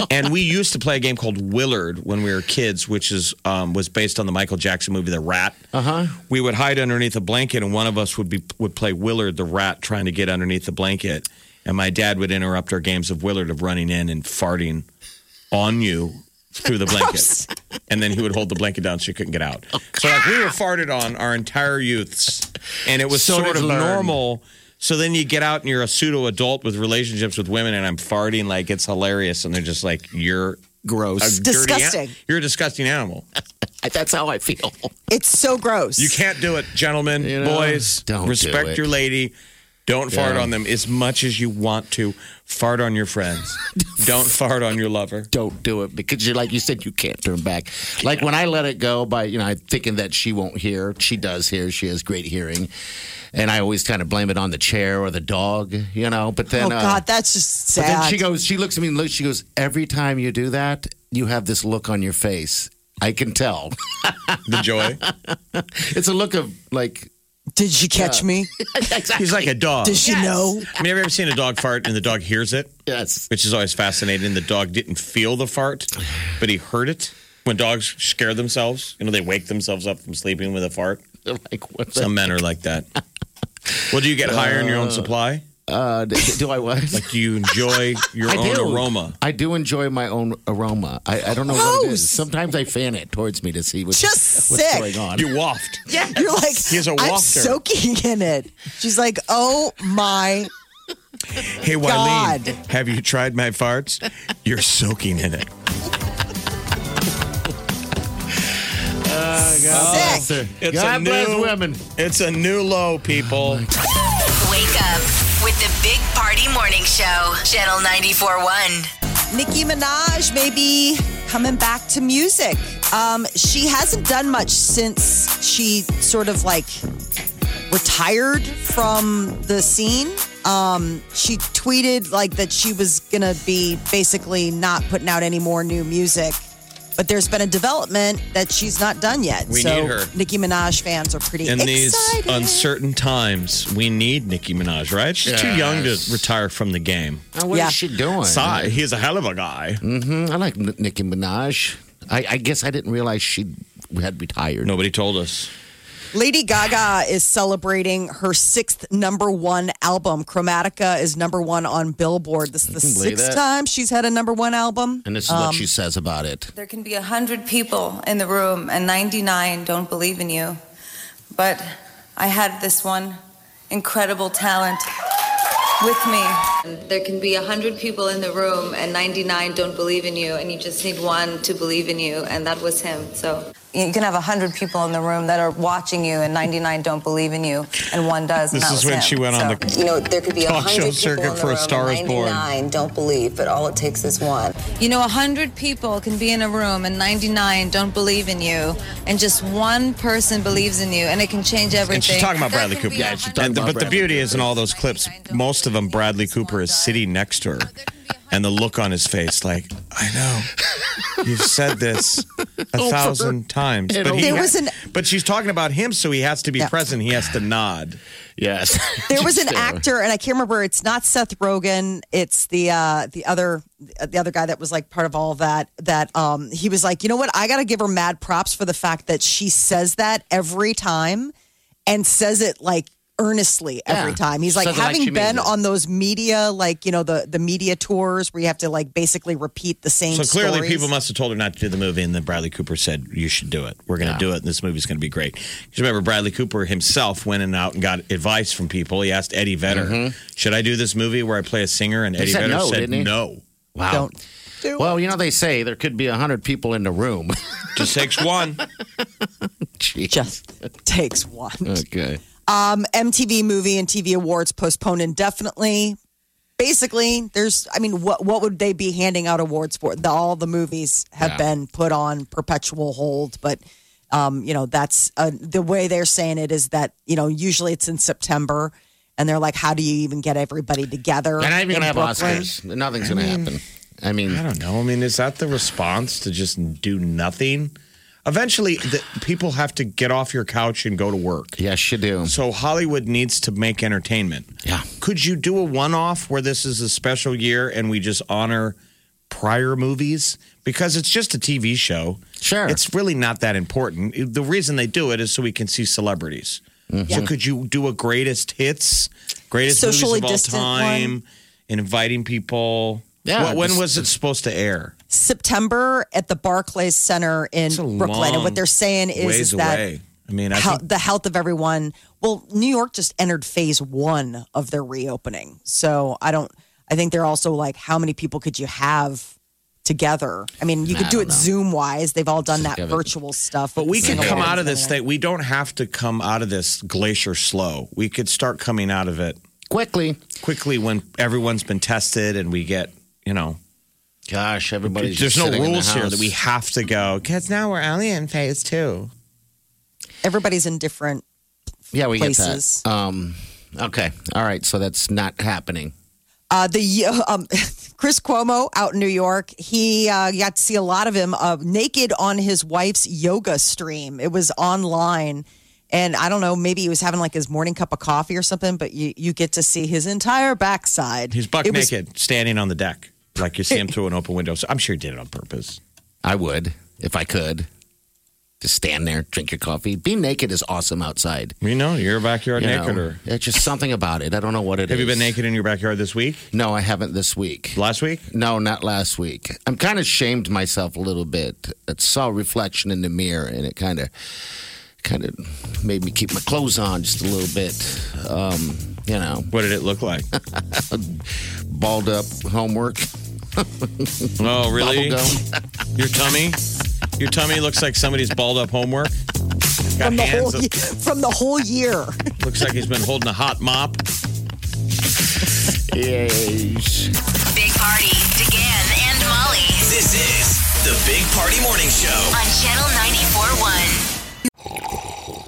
[SPEAKER 6] and we used to play a game called Willard when we were kids, which is um, was based on the Michael Jackson movie The Rat. Uh
[SPEAKER 4] Uh-huh.
[SPEAKER 6] huh. We would hide underneath a blanket, and one of us would be would play Willard the rat, trying to get underneath the blanket. And my dad would interrupt our games of Willard of running in and farting on you through the blanket.
[SPEAKER 4] Oh,
[SPEAKER 6] and then he would hold the blanket down so you couldn't get out. So like we were farted on our entire youths. and it was
[SPEAKER 5] So
[SPEAKER 6] sort
[SPEAKER 5] did
[SPEAKER 6] of
[SPEAKER 5] learn.
[SPEAKER 6] normal. So then you get out and you're a pseudo adult with relationships with women, and I'm farting like it's hilarious, and they're just like, "You're a
[SPEAKER 5] Gross.
[SPEAKER 6] dirty an-
[SPEAKER 4] Disgusting.
[SPEAKER 6] you're a disgusting animal.
[SPEAKER 5] That's how I feel.
[SPEAKER 4] It's so gross.
[SPEAKER 6] You can't do it, gentlemen,
[SPEAKER 5] You know,
[SPEAKER 6] boys.
[SPEAKER 5] don't do
[SPEAKER 6] respect
[SPEAKER 5] it.
[SPEAKER 6] your lady. Don't fart
[SPEAKER 5] Yeah.
[SPEAKER 6] on them as much as you want to. Fart on your friends. don't fart on your lover.
[SPEAKER 5] Don't do it because you're like you said, you can't turn back. Like when I let it go by, you know, I'm thinking that she won't hear. She does hear. She has great hearing, and I always kind of blame it on the chair or the dog, you know. But then,
[SPEAKER 4] Oh
[SPEAKER 5] uh,
[SPEAKER 4] God, that's just
[SPEAKER 5] But
[SPEAKER 4] sad.
[SPEAKER 5] then she goes, she looks at me and looks, she goes, every time you do that, you have this look on your face. I can tell.
[SPEAKER 6] The joy.
[SPEAKER 5] It's a look of like,
[SPEAKER 4] Did she catch me?
[SPEAKER 5] exactly.
[SPEAKER 6] He's like a dog.
[SPEAKER 4] Did she know?
[SPEAKER 6] I mean, have you ever seen a dog fart and the dog hears it?
[SPEAKER 5] yes.
[SPEAKER 6] Which is always fascinating. The dog didn't feel the fart, but he heard it. When dogs scare themselves, you know, they wake themselves up from sleeping with a fart.
[SPEAKER 5] Like, what?
[SPEAKER 6] Some men are like that. Well, do you get higher in your own supply?
[SPEAKER 5] Uh, d- do I what?
[SPEAKER 6] Like, do you enjoy your
[SPEAKER 5] I
[SPEAKER 6] own
[SPEAKER 5] do.
[SPEAKER 6] aroma?
[SPEAKER 5] I do enjoy my own aroma. I, I don't know what it
[SPEAKER 4] Gross.
[SPEAKER 5] is. Sometimes I fan it towards me to see what's,
[SPEAKER 4] Just
[SPEAKER 5] what's
[SPEAKER 4] sick.
[SPEAKER 5] going on.
[SPEAKER 6] You waft.
[SPEAKER 4] You're like,
[SPEAKER 6] He's a
[SPEAKER 4] I'm
[SPEAKER 6] wafter.
[SPEAKER 4] soaking in it. She's like, oh my.
[SPEAKER 6] Hey, Wileen,
[SPEAKER 4] God.
[SPEAKER 6] have you tried my farts? You're soaking in it.
[SPEAKER 4] Sick.
[SPEAKER 5] Sir,
[SPEAKER 6] It's
[SPEAKER 5] God
[SPEAKER 6] a
[SPEAKER 5] bless
[SPEAKER 6] new-
[SPEAKER 5] women.
[SPEAKER 6] It's a new low,
[SPEAKER 5] Oh
[SPEAKER 6] people.
[SPEAKER 3] Wake up with the Big Party Morning Show, Channel 94.1.
[SPEAKER 4] Nicki Minaj may be coming back to music. Um, she hasn't done much since she sort of like retired from the scene. Um, she tweeted like that she was gonna be basically not putting out any more new music. But there's been a development that she's not done yet.
[SPEAKER 6] We
[SPEAKER 4] so
[SPEAKER 6] need her.
[SPEAKER 4] Nicki Minaj fans are pretty
[SPEAKER 6] In these
[SPEAKER 4] excited.
[SPEAKER 6] uncertain times, we need Nicki Minaj, right? She's too young to
[SPEAKER 5] Yes. Oh
[SPEAKER 6] retire from the game.
[SPEAKER 5] Now, what is
[SPEAKER 4] Yeah.
[SPEAKER 5] she doing?
[SPEAKER 6] Si, he's a hell of a guy.
[SPEAKER 5] Mm, I like N- Nicki Minaj. I, I guess I didn't realize she had retired.
[SPEAKER 6] Nobody told us.
[SPEAKER 4] Lady Gaga is celebrating her sixth number one album. Chromatica is number one on Billboard. This is the
[SPEAKER 5] believe
[SPEAKER 4] sixth
[SPEAKER 5] that.
[SPEAKER 4] time she's had a number one album.
[SPEAKER 5] And this is what she says about it.
[SPEAKER 7] There can be 100 people in the room and 99 don't believe in you. But I had this one incredible talent with me. There can be 100 people in the room and 99 don't believe in you, and you just need one to believe in you, and that was him. So you can have 100 people in the room that are watching you and 99 don't believe in you, and one does. and
[SPEAKER 6] This
[SPEAKER 7] that
[SPEAKER 6] is
[SPEAKER 7] was
[SPEAKER 6] when
[SPEAKER 7] him.
[SPEAKER 6] she went on
[SPEAKER 7] So-
[SPEAKER 6] the
[SPEAKER 8] You know, there could be a
[SPEAKER 6] Talk show
[SPEAKER 8] hundred
[SPEAKER 6] circuit
[SPEAKER 8] people in the
[SPEAKER 6] for A
[SPEAKER 8] room,
[SPEAKER 6] Star is Born.
[SPEAKER 8] 99 don't believe, but all it takes is one.
[SPEAKER 7] You know, 100 people can be in a room and 99 don't believe in you, and just one person believes in you, and it can change everything.
[SPEAKER 6] And she's talking about Bradley
[SPEAKER 7] That can
[SPEAKER 6] Cooper.
[SPEAKER 7] be
[SPEAKER 5] Yeah, she's
[SPEAKER 7] 100
[SPEAKER 5] talking
[SPEAKER 6] And the-
[SPEAKER 5] about
[SPEAKER 6] but the
[SPEAKER 5] Bradley
[SPEAKER 6] beauty is in all those clips, most of them, Bradley Cooper is sitting next to her. And the look on his face, like, I know, you've said this a thousand times. But, he
[SPEAKER 4] There
[SPEAKER 6] ha-
[SPEAKER 4] was an-
[SPEAKER 6] but she's talking about him, so he has to be
[SPEAKER 4] Yeah.
[SPEAKER 6] present. He has to nod.
[SPEAKER 5] Yes.
[SPEAKER 4] There was an
[SPEAKER 5] Just, uh,
[SPEAKER 4] actor, and I can't remember. It's not Seth Rogen. It's the uh, the other the other guy that was like part of all that. That um, he was like, you know what? I got to give her mad props for the fact that she says that every time, and says it like earnestly every
[SPEAKER 5] Yeah.
[SPEAKER 4] time. He's like
[SPEAKER 5] Says it like
[SPEAKER 4] having
[SPEAKER 5] she means
[SPEAKER 4] been
[SPEAKER 5] it.
[SPEAKER 4] on those media, like you know the the media tours where you have to like basically repeat the same.
[SPEAKER 6] So clearly,
[SPEAKER 4] stories.
[SPEAKER 6] people must have told her not to do the movie, and then Bradley Cooper said, "You should do it. We're going to do it, and this movie's going to be great." 'Cause remember, Bradley Cooper himself went and out and got advice from people. He asked Eddie Vedder, "Should I do this movie where I play a singer?" And Eddie
[SPEAKER 5] said
[SPEAKER 6] Vedder
[SPEAKER 5] no,
[SPEAKER 6] said,
[SPEAKER 5] didn't Mm-hmm. he?
[SPEAKER 6] "No,
[SPEAKER 5] Wow.
[SPEAKER 4] don't. do
[SPEAKER 5] Well, you know, they say there could be 100 people in the room.
[SPEAKER 6] just takes one."
[SPEAKER 5] Jeez.
[SPEAKER 4] just takes one.
[SPEAKER 5] Okay.
[SPEAKER 4] Um, MTV Movie and TV Awards postponed indefinitely. Basically, there's, I mean, what what would they be handing out awards for? The, all the movies have been put on perpetual hold, but um, you know that's uh, the way they're saying it is that you know usually it's in September, and they're like, how do you even get everybody together?
[SPEAKER 5] They're not even
[SPEAKER 4] in
[SPEAKER 5] going to have
[SPEAKER 4] Brooklyn?
[SPEAKER 5] Oscars. Nothing's going to happen. I mean,
[SPEAKER 6] I don't know. I mean, is that the response to just do nothing? Eventually, the, people have to get off your couch and go to work.
[SPEAKER 5] yes, you do.
[SPEAKER 6] So Hollywood needs to make entertainment.
[SPEAKER 5] Yeah.
[SPEAKER 6] Could you do a one off where this is a special year and we just honor prior movies? Because it's just a TV show.
[SPEAKER 5] Sure.
[SPEAKER 6] It's really not that important. The reason they do it is so we can see celebrities.
[SPEAKER 5] Mm-hmm.
[SPEAKER 6] So could you do a greatest hits, greatest
[SPEAKER 4] Socially
[SPEAKER 6] movies of
[SPEAKER 4] distant
[SPEAKER 6] all time,
[SPEAKER 4] one.
[SPEAKER 6] and inviting people?
[SPEAKER 5] Yeah,
[SPEAKER 6] Wh- when
[SPEAKER 5] just-
[SPEAKER 6] was it supposed to air?
[SPEAKER 4] September at the Barclays Center in
[SPEAKER 6] It's a
[SPEAKER 4] Brooklyn, and
[SPEAKER 6] long
[SPEAKER 4] what they're saying is,
[SPEAKER 6] Ways
[SPEAKER 4] is that
[SPEAKER 6] away. I mean, I
[SPEAKER 4] hel-
[SPEAKER 6] think
[SPEAKER 4] the health of everyone. Well, New York just entered phase one of their reopening. So I don't, I think they're also like, how many people could you have together? I mean, you
[SPEAKER 5] Nah,
[SPEAKER 4] could do
[SPEAKER 5] I
[SPEAKER 4] it
[SPEAKER 5] don't know.
[SPEAKER 4] Zoom wise. They've all done that
[SPEAKER 5] Sick of it.
[SPEAKER 4] virtual stuff.
[SPEAKER 6] But we
[SPEAKER 4] can
[SPEAKER 6] could come out of this thing. We don't have to come out of this glacier slow. We could start coming out of it
[SPEAKER 5] quickly.
[SPEAKER 6] quickly when everyone's been tested and we get, you know,
[SPEAKER 5] Gosh, everybody's
[SPEAKER 6] there's
[SPEAKER 5] just
[SPEAKER 6] no
[SPEAKER 5] sitting in the
[SPEAKER 6] rules here that we have
[SPEAKER 5] house.
[SPEAKER 6] to go because now we're only in phase two.
[SPEAKER 4] Everybody's in different.
[SPEAKER 5] yeah we
[SPEAKER 4] places.
[SPEAKER 5] get that. Um, okay, all right. So that's not happening.
[SPEAKER 4] Uh, the um, Chris Cuomo out in New York, he uh, got to see a lot of him uh, naked on his wife's yoga stream. It was online, and I don't know, maybe he was having like his morning cup of coffee or something. But you you get to see his entire backside.
[SPEAKER 6] He's buck
[SPEAKER 4] It was-
[SPEAKER 6] naked, standing on the deck. Like you see him through an open window. So I'm sure he did it on purpose.
[SPEAKER 5] I would if I could. Just stand there, drink your coffee. Being naked is awesome outside.
[SPEAKER 6] You know, your backyard
[SPEAKER 5] you
[SPEAKER 6] naked
[SPEAKER 5] know?
[SPEAKER 6] or
[SPEAKER 5] it's just something about it. I don't know what it is.
[SPEAKER 6] have you been naked in your backyard this week?
[SPEAKER 5] No, I haven't this week.
[SPEAKER 6] Last week?
[SPEAKER 5] No, not last week. I'm kind of shamed myself a little bit. I saw a reflection in the mirror, and it kind of, kind of made me keep my clothes on just a little bit. Um, you know,
[SPEAKER 6] What did it look like?
[SPEAKER 5] balled up homework.
[SPEAKER 6] oh, really?
[SPEAKER 5] Bubblegum.
[SPEAKER 6] Your tummy? Your tummy looks like somebody's balled up homework.
[SPEAKER 4] from
[SPEAKER 6] Got
[SPEAKER 4] the
[SPEAKER 6] hands
[SPEAKER 4] whole
[SPEAKER 6] that-
[SPEAKER 4] ye- from the whole year.
[SPEAKER 6] Looks like he's been holding a hot mop.
[SPEAKER 5] Yes.
[SPEAKER 3] Big Party, DeGan and Molly
[SPEAKER 2] This is the Big Party Morning Show.
[SPEAKER 3] on Channel 94.1.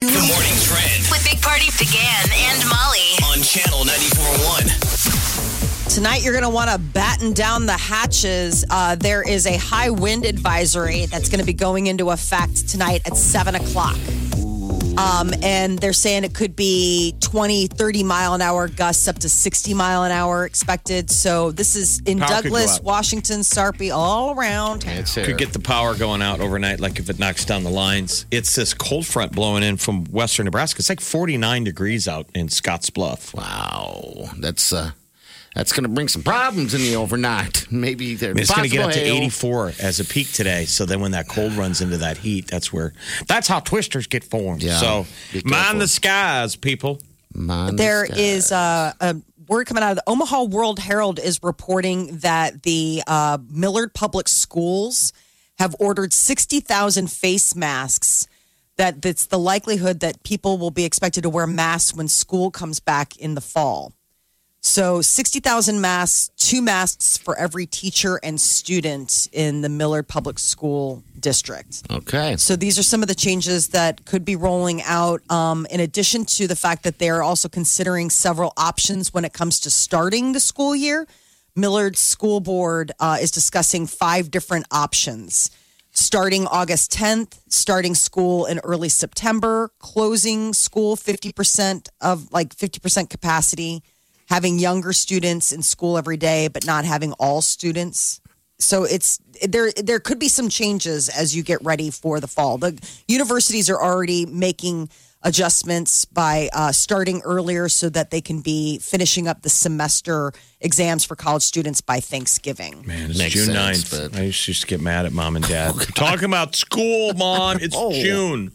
[SPEAKER 2] The morning trend
[SPEAKER 3] With Big Party, DeGan and Molly.
[SPEAKER 2] on channel 94.1.
[SPEAKER 4] Tonight, you're going to want to batten down the hatches. Uh, there is a high wind advisory that's going to be going into effect tonight at 7 o'clock. Um, and they're saying it could be 20, 30 mile an hour gusts up to 60 mile an hour expected. So this is in
[SPEAKER 6] Power could go
[SPEAKER 4] Douglas,
[SPEAKER 6] up.
[SPEAKER 4] Washington, Sarpy, all around.
[SPEAKER 5] It's there.
[SPEAKER 6] Could get the power going out overnight, like if it knocks down the lines. It's this cold front blowing in from western Nebraska. It's like 49 degrees out in Scotts Bluff.
[SPEAKER 5] wow, that's uh, that's gonna bring some problems in the overnight. Maybe there's
[SPEAKER 6] It's going to get up to
[SPEAKER 5] possible oh, hail.
[SPEAKER 6] 84 as a peak today. So then when that cold runs into that heat, that's where that's how twisters get formed.
[SPEAKER 5] Yeah.
[SPEAKER 6] so
[SPEAKER 5] Be careful.
[SPEAKER 6] mind the skies, people.
[SPEAKER 5] Mine
[SPEAKER 4] There
[SPEAKER 5] is-
[SPEAKER 4] is uh, a word coming out of the Omaha World Herald is reporting that the uh, Millard Public Schools have ordered 60,000 face masks. That that's the likelihood that people will be expected to wear masks when school comes back in the fall. So 60,000 masks, two masks for every teacher and student in the Millard Public School District.
[SPEAKER 5] okay.
[SPEAKER 4] So these are some of the changes that could be rolling out. Um, in addition to the fact that they are also considering several options when it comes to starting the school year, Millard School Board uh, is discussing five different options. Starting August 10th, starting school in early September, closing school 50% of like 50% capacity, having younger students in school every day, but not having all students. So it's there. There could be some changes as you get ready for the fall. The universities are already making adjustments by uh, starting earlier so that they can be finishing up the semester exams for college students by Thanksgiving.
[SPEAKER 6] Man, it's
[SPEAKER 5] Makes
[SPEAKER 6] June
[SPEAKER 5] sense,
[SPEAKER 6] 9th.
[SPEAKER 5] but- Oh,
[SPEAKER 6] I used to just get mad at mom and dad. Talking about school, mom. It's June.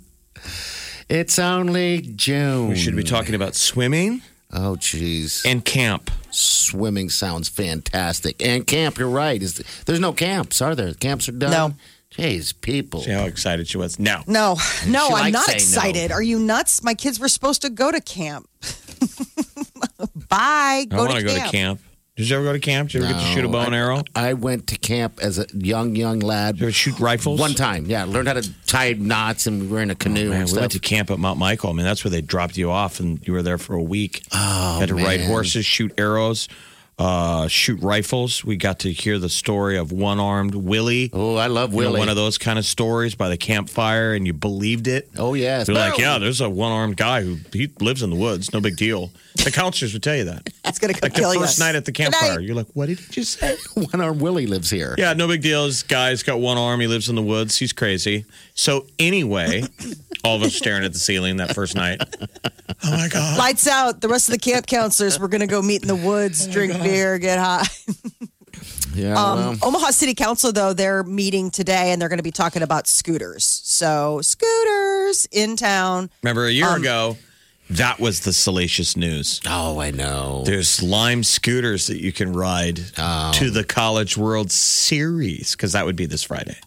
[SPEAKER 5] It's only June.
[SPEAKER 6] We should be talking about swimming
[SPEAKER 5] Oh, jeez.
[SPEAKER 6] and camp.
[SPEAKER 5] Swimming sounds fantastic. And camp, you're right. Is there's no camps, are there? Camps are done.
[SPEAKER 4] No.
[SPEAKER 5] Jeez, people.
[SPEAKER 6] See how excited she was? No.
[SPEAKER 4] No, no,
[SPEAKER 6] She
[SPEAKER 4] I'm
[SPEAKER 6] likes
[SPEAKER 4] not
[SPEAKER 6] saying no.
[SPEAKER 4] excited. Are you nuts? My kids were supposed to go to camp. Bye.
[SPEAKER 6] I
[SPEAKER 4] Go
[SPEAKER 6] want to go to camp. Did you ever go to camp? Did you ever get to shoot a
[SPEAKER 5] No,
[SPEAKER 6] bow and
[SPEAKER 5] I-
[SPEAKER 6] arrow?
[SPEAKER 5] I went to camp as a young, young lad.
[SPEAKER 6] shoot rifles?
[SPEAKER 5] One time, yeah. Learned how to tie knots and we were in a canoe
[SPEAKER 6] Oh, Man,
[SPEAKER 5] and
[SPEAKER 6] we
[SPEAKER 5] stuff.
[SPEAKER 6] went to camp at Mount Michael. I mean, that's where they dropped you off, and you were there for a week. Oh, had to ride
[SPEAKER 5] man.
[SPEAKER 6] horses, shoot arrows, uh, shoot rifles. We got to hear the story of one-armed Willie.
[SPEAKER 5] Oh, I love Willie.
[SPEAKER 6] one of those kind of stories by the campfire, and you believed it.
[SPEAKER 5] oh, yeah.
[SPEAKER 6] They're like, yeah, there's a one-armed guy who he lives in the woods. No big deal. The counselors would tell you that.
[SPEAKER 4] It's going to come
[SPEAKER 6] Like the
[SPEAKER 4] kill
[SPEAKER 6] first
[SPEAKER 4] you.
[SPEAKER 6] night at the campfire, you're like, what did he just say?
[SPEAKER 5] One arm Willie lives here.
[SPEAKER 6] Yeah, no big deal. This guy's got one arm. He lives in the woods. He's crazy. So anyway, all of us staring at the ceiling that first night. Oh my god!
[SPEAKER 4] Lights out. The rest of the camp counselors were going to go meet in the woods, drink beer, get high.
[SPEAKER 5] Yeah. well,
[SPEAKER 4] Um, Omaha City Council, though, they're meeting today and they're going to be talking about scooters. So, scooters in town.
[SPEAKER 6] Remember a year ago, that was the salacious news.
[SPEAKER 5] oh, I know.
[SPEAKER 6] There's Lime scooters that you can ride to the College World Series because that would be this Friday.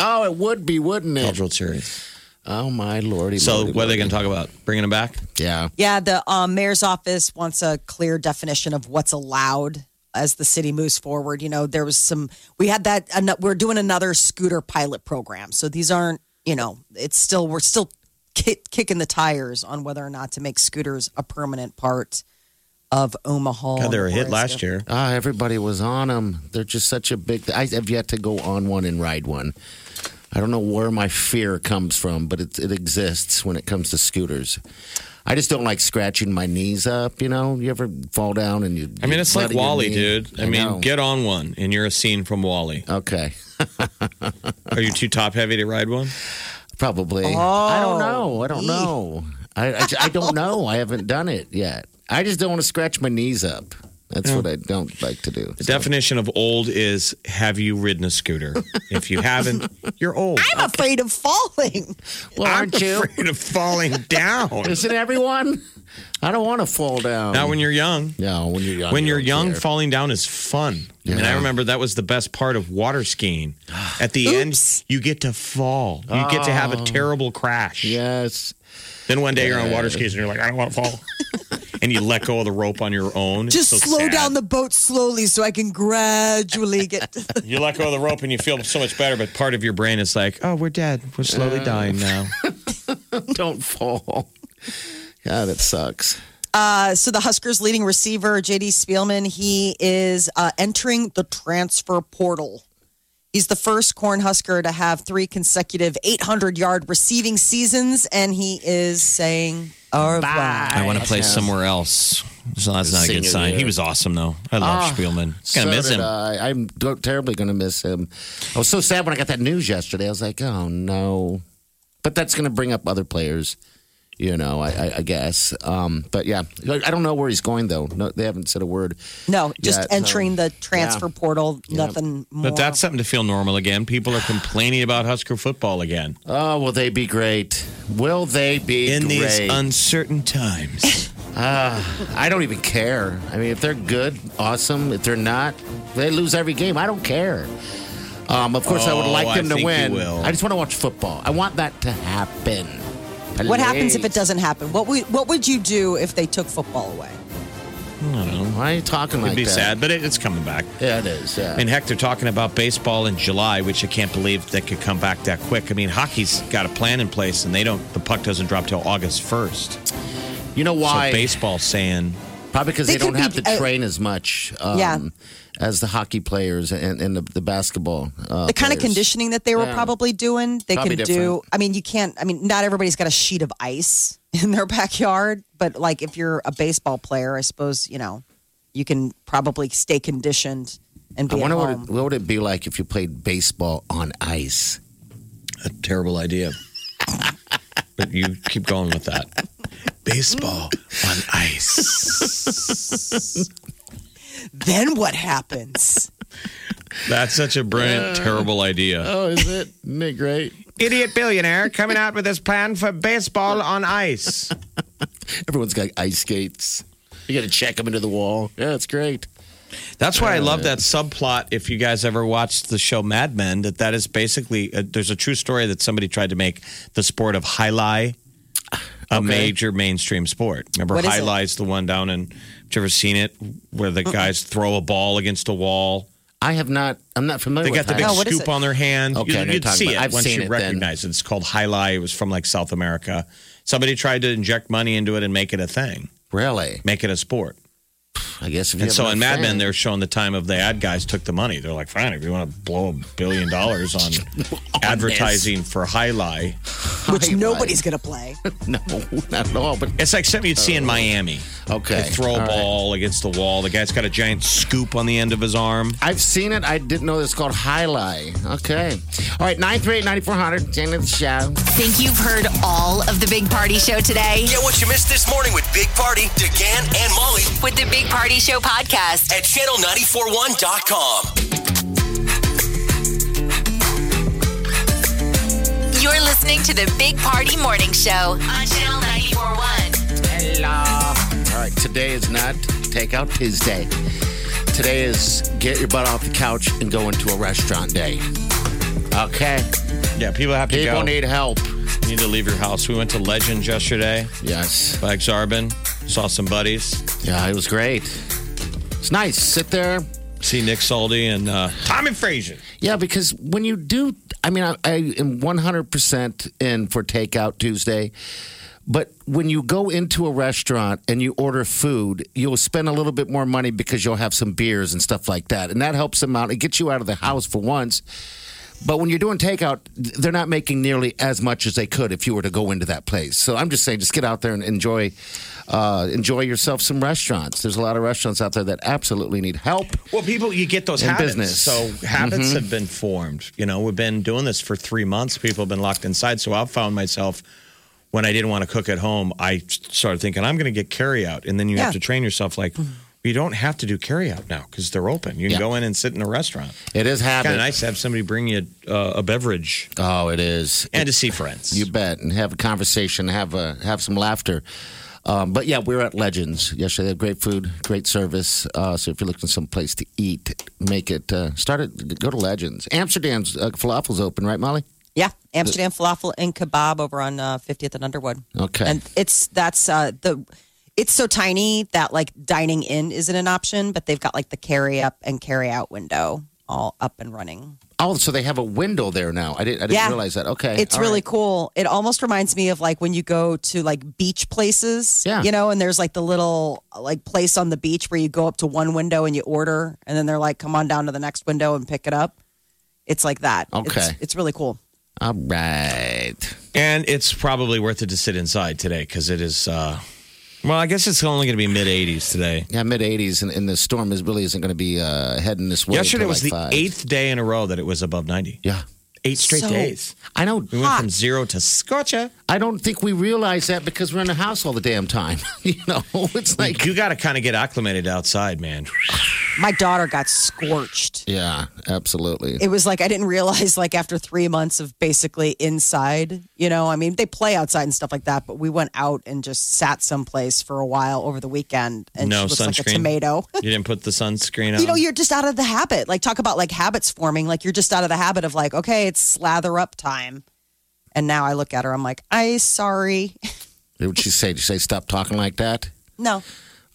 [SPEAKER 5] Oh, it would be, wouldn't
[SPEAKER 6] College
[SPEAKER 5] it?
[SPEAKER 6] World Series.
[SPEAKER 5] Oh, my lordy.
[SPEAKER 6] So
[SPEAKER 5] lordy,
[SPEAKER 6] what are they
[SPEAKER 5] lordy.
[SPEAKER 6] going to talk about? Bringing them back?
[SPEAKER 5] Yeah.
[SPEAKER 4] Yeah, the um, mayor's office wants a clear definition of what's allowed as the city moves forward. You know, there was some, we had that, ano- we're doing another scooter pilot program. So these aren't, you know, it's still, we're still ki- kicking the tires on whether or not to make scooters a permanent part of Omaha.
[SPEAKER 6] God, they were a hit last year.
[SPEAKER 5] Ah, everybody was on them. They're just such a big. I have yet to go on one and ride one. I don't know where my fear comes from, but it, it exists when it comes to scooters. I just don't like scratching my knees up. You know, you ever fall down and you?
[SPEAKER 6] I mean, it's like
[SPEAKER 5] bloody your
[SPEAKER 6] Wally,
[SPEAKER 5] knee?
[SPEAKER 6] dude. I, mean,
[SPEAKER 5] know.
[SPEAKER 6] get on one and you're a scene from Wally.
[SPEAKER 5] okay,
[SPEAKER 6] Are you too top heavy to ride one?
[SPEAKER 5] probably. I don't know. I don't know. I, I I don't know. I haven't done it yet. I just don't want to scratch my knees up. That's what I don't like to do.
[SPEAKER 6] The definition of old is have you ridden a scooter? if you haven't, you're old.
[SPEAKER 4] I'm afraid of falling.
[SPEAKER 5] Well, aren't you?
[SPEAKER 6] afraid of falling down.
[SPEAKER 5] Isn't everyone? I don't want to fall down.
[SPEAKER 6] Not when you're young.
[SPEAKER 5] No, when you're young.
[SPEAKER 6] When
[SPEAKER 5] you
[SPEAKER 6] you're
[SPEAKER 5] don't
[SPEAKER 6] young,
[SPEAKER 5] care.
[SPEAKER 6] falling down is fun. I mean, I
[SPEAKER 5] Yeah.
[SPEAKER 6] remember that was the best part of water skiing. At the end, you get to fall. You get to have
[SPEAKER 4] Oh.
[SPEAKER 6] a terrible crash.
[SPEAKER 5] yes.
[SPEAKER 6] Then one day you're on water skis and you're like, I don't want to fall. and you let go of the rope on your own. It's
[SPEAKER 4] Just
[SPEAKER 6] so
[SPEAKER 4] slow
[SPEAKER 6] sad.
[SPEAKER 4] down the boat slowly so I can gradually get.
[SPEAKER 6] You let go of the rope and you feel so much better, but part of your brain is like, oh, we're dead. We're slowly dying now.
[SPEAKER 5] Don't fall. Yeah, that sucks.
[SPEAKER 4] Uh, so the Huskers' leading receiver J.D. Spielman, he is uh, entering the transfer portal. He's the first Cornhusker to have three consecutive 800-yard receiving seasons, and he is saying au revoir.
[SPEAKER 6] I want to play somewhere else. So that's not a good
[SPEAKER 5] Senior
[SPEAKER 6] sign.
[SPEAKER 5] year.
[SPEAKER 6] He was awesome, though. I love Spielman. Gonna
[SPEAKER 5] Ah, So
[SPEAKER 6] miss
[SPEAKER 5] did
[SPEAKER 6] him.
[SPEAKER 5] I. I'm do- terribly going to miss him. I was so sad when I got that news yesterday. I was like, oh no. But that's going to bring up other players, you know. I, I, I guess. Um, but yeah, I don't know where he's going though. No, they haven't said a word.
[SPEAKER 4] No, just
[SPEAKER 5] Yeah, so-
[SPEAKER 4] entering the transfer portal. Nothing more.
[SPEAKER 6] But that's something to feel normal again. People are complaining about Husker football again.
[SPEAKER 5] Oh, will they be great? Will they be
[SPEAKER 6] In
[SPEAKER 5] great?
[SPEAKER 6] these uncertain times.
[SPEAKER 5] I don't even care. I mean, if they're good, awesome. If they're not, they lose every game. I don't care. Um, of course, I would
[SPEAKER 6] Oh,
[SPEAKER 5] like
[SPEAKER 6] I
[SPEAKER 5] them to
[SPEAKER 6] think you
[SPEAKER 5] win.
[SPEAKER 6] will.
[SPEAKER 5] I just want to watch football. I want that to happen.
[SPEAKER 4] what happens if it doesn't happen? What would what would you do if they took football away?
[SPEAKER 6] I don't know.
[SPEAKER 5] Why are you talking like
[SPEAKER 6] It'd be
[SPEAKER 5] that?
[SPEAKER 6] sad, but it, it's coming back.
[SPEAKER 5] Yeah, it is. Yeah.
[SPEAKER 6] I mean, heck, they're talking about baseball in July, which I can't believe that could come back that quick. I mean, hockey's got a plan in place, and they don't. The puck doesn't drop till August first.
[SPEAKER 5] you know why?
[SPEAKER 6] So baseball's saying
[SPEAKER 5] Probably because they,
[SPEAKER 4] They
[SPEAKER 5] don't
[SPEAKER 4] could
[SPEAKER 5] have
[SPEAKER 4] be-
[SPEAKER 5] to
[SPEAKER 4] uh,
[SPEAKER 5] train as much. Um,
[SPEAKER 4] Yeah.
[SPEAKER 5] As the hockey players and, and the, the basketball. Uh,
[SPEAKER 4] the kind of
[SPEAKER 5] players.
[SPEAKER 4] conditioning that they were
[SPEAKER 5] Yeah.
[SPEAKER 4] probably doing they
[SPEAKER 5] Probably
[SPEAKER 4] can do
[SPEAKER 5] different.
[SPEAKER 4] i mean you can't i mean not everybody's got a sheet of ice in their backyard but like if you're a baseball player i suppose you know you can probably stay conditioned and
[SPEAKER 5] I
[SPEAKER 4] be at
[SPEAKER 5] wonder what it,
[SPEAKER 4] home.
[SPEAKER 5] what would it be like if you played baseball on ice.
[SPEAKER 6] a terrible idea. but you keep going with that. Baseball on ice.
[SPEAKER 4] then what happens
[SPEAKER 6] That's such a brilliant,
[SPEAKER 9] Uh.
[SPEAKER 6] terrible idea.
[SPEAKER 5] Oh, is it? Isn't it great?
[SPEAKER 6] Idiot billionaire coming out with his plan for baseball on ice.
[SPEAKER 5] Everyone's got ice skates. You got to check them into the wall. Yeah, it's great.
[SPEAKER 6] That's why I love
[SPEAKER 9] Uh.
[SPEAKER 6] that subplot. If you guys ever watched the show Mad Men, that that is basically uh there's a true story that somebody tried to make the sport of high lie a major mainstream sport. Remember,
[SPEAKER 9] What is
[SPEAKER 6] high
[SPEAKER 9] it? Uh-uh.
[SPEAKER 6] lie is the one down in. Have you ever seen it where the guys throw a ball against a wall?
[SPEAKER 5] I have not. I'm not
[SPEAKER 6] They
[SPEAKER 5] familiar. with
[SPEAKER 6] got the
[SPEAKER 5] high
[SPEAKER 6] big
[SPEAKER 5] lie.
[SPEAKER 6] scoop on their hand.
[SPEAKER 5] Okay,
[SPEAKER 6] you,
[SPEAKER 5] I know you're
[SPEAKER 6] would
[SPEAKER 5] talking
[SPEAKER 6] see
[SPEAKER 5] about-
[SPEAKER 6] it
[SPEAKER 5] I've
[SPEAKER 6] once
[SPEAKER 5] seen
[SPEAKER 6] you
[SPEAKER 5] it then.
[SPEAKER 6] recognize it. It's called high lie. It was from like South America. Somebody tried to inject money into it and make it a thing.
[SPEAKER 5] Oh, Really?
[SPEAKER 6] Make it a sport.
[SPEAKER 5] I guess. If you
[SPEAKER 6] And
[SPEAKER 5] have
[SPEAKER 6] so in
[SPEAKER 5] enough
[SPEAKER 6] Mad Men,
[SPEAKER 5] fans.
[SPEAKER 6] they're showing the time of the ad guys took the money. They're like, fine, if you want to blow a billion dollars on advertising for High Lie,
[SPEAKER 4] which nobody's going to play.
[SPEAKER 5] no, not at all. But
[SPEAKER 6] it's like something you'd see in Miami.
[SPEAKER 5] Oh. Okay,
[SPEAKER 6] They throw a
[SPEAKER 5] all right.
[SPEAKER 6] ball against the wall. The guy's got a giant scoop on the end of his arm.
[SPEAKER 5] I've seen it. I didn't know it's called High Lie. Okay. All right, 938-9400. Jane of the show.
[SPEAKER 3] Think you've heard all of the Big Party Show today?
[SPEAKER 2] Get what you missed this morning with Big Party, DeGan, and Molly
[SPEAKER 3] With the Big Party Show podcast.
[SPEAKER 2] at channel941.com.
[SPEAKER 3] You're listening to the Big Party Morning Show on Channel 941.
[SPEAKER 5] All right, today is not Takeout Tuesday. Today is get your butt off the couch and go into a restaurant day. Okay.
[SPEAKER 6] Yeah, people have to
[SPEAKER 5] People
[SPEAKER 6] go.
[SPEAKER 5] need help.
[SPEAKER 6] You need to leave your house. We went to Legend yesterday.
[SPEAKER 5] Yes.
[SPEAKER 6] By Xarban. Saw some buddies.
[SPEAKER 5] Yeah, it was great. It's nice. Sit there.
[SPEAKER 6] See Nick Saldi and uh, Tommy Frazier.
[SPEAKER 5] Yeah, because when you do, I mean, I, I am 100% in for Takeout Tuesday. But when you go into a restaurant and you order food, you'll spend a little bit more money because you'll have some beers and stuff like that. And that helps them out. It gets you out of the house for once. But when you're doing takeout, they're not making nearly as much as they could if you were to go into that place. So I'm just saying, just get out there and enjoy, uh, enjoy yourself some restaurants. There's a lot of restaurants out there that absolutely need help.
[SPEAKER 6] Well, people, you get those
[SPEAKER 5] In
[SPEAKER 6] habits.
[SPEAKER 5] business.
[SPEAKER 6] So habits
[SPEAKER 5] Mhm.
[SPEAKER 6] have been formed. You know, we've been doing this for three months. People have been locked inside. So I found myself when I didn't want to cook at home, I started thinking I'm going to get carryout, and then you have to
[SPEAKER 5] Yeah.
[SPEAKER 6] train yourself like. You don't have to do carryout now because they're open. You can
[SPEAKER 5] Yeah.
[SPEAKER 6] go in and sit in a restaurant.
[SPEAKER 5] It is habit.
[SPEAKER 6] Kind of nice to have somebody bring you uh, a beverage.
[SPEAKER 5] Oh, it is.
[SPEAKER 6] And to see friends.
[SPEAKER 5] You bet, and have a conversation, have a have some laughter. Um, but yeah, we were at Legends yesterday. They had great food, great service. Uh, so if you're looking for some place to eat, make it uh, start it. Go to Legends. Amsterdam's uh, falafel's open, right, Molly?
[SPEAKER 4] Yeah, Amsterdam falafel and kebab over on uh, 50th and Underwood.
[SPEAKER 5] Okay.
[SPEAKER 4] And it's that's uh, the it's so tiny that like dining in isn't an option, but they've got like the carry up and carry out window all up and running.
[SPEAKER 5] Oh, so they have a window there now. I didn't, I didn't
[SPEAKER 4] Yeah.
[SPEAKER 5] realize that. Okay,
[SPEAKER 4] It's
[SPEAKER 5] Eh, all
[SPEAKER 4] really
[SPEAKER 5] right.
[SPEAKER 4] cool. It almost reminds me of like when you go to like beach places,
[SPEAKER 5] Yeah.
[SPEAKER 4] you know, and there's like the little like place on the beach where you go up to one window and you order, and then they're like, come on down to the next window and pick it up. It's like that. It's,
[SPEAKER 6] Okay.
[SPEAKER 4] it's really cool.
[SPEAKER 5] All right.
[SPEAKER 6] And it's probably worth it to sit inside today because it is. Uh, well, I guess it's only going to be mid 80s today.
[SPEAKER 5] Yeah, mid 80s, and, and the storm is really isn't going to be uh, heading this way.
[SPEAKER 6] Yesterday
[SPEAKER 5] till
[SPEAKER 6] was
[SPEAKER 5] like
[SPEAKER 6] the
[SPEAKER 5] five.
[SPEAKER 6] eighth day in a row that it was above 90.
[SPEAKER 5] Yeah.
[SPEAKER 6] Eight straight
[SPEAKER 5] So-
[SPEAKER 6] days.
[SPEAKER 5] I know.
[SPEAKER 6] We went from zero to scorcha.
[SPEAKER 5] I don't think we realize that because we're in the house all the damn time. you know, it's like
[SPEAKER 6] you got to kind of get acclimated outside, man.
[SPEAKER 4] My daughter got scorched.
[SPEAKER 5] Yeah, absolutely.
[SPEAKER 4] it was like I didn't realize like after three months of basically inside, you know, I mean they play outside and stuff like that, but we went out and just sat someplace for a while over the weekend and
[SPEAKER 6] no
[SPEAKER 4] she looks
[SPEAKER 6] sunscreen.
[SPEAKER 4] like a tomato.
[SPEAKER 6] you didn't put the sunscreen on.
[SPEAKER 4] You know, you're just out of the habit. Like talk about like habits forming. Like you're just out of the habit of like, okay, it's slather up time. And now I look at her, I'm like, I sorry.
[SPEAKER 5] What would she say? Did she say stop talking like that?
[SPEAKER 4] No.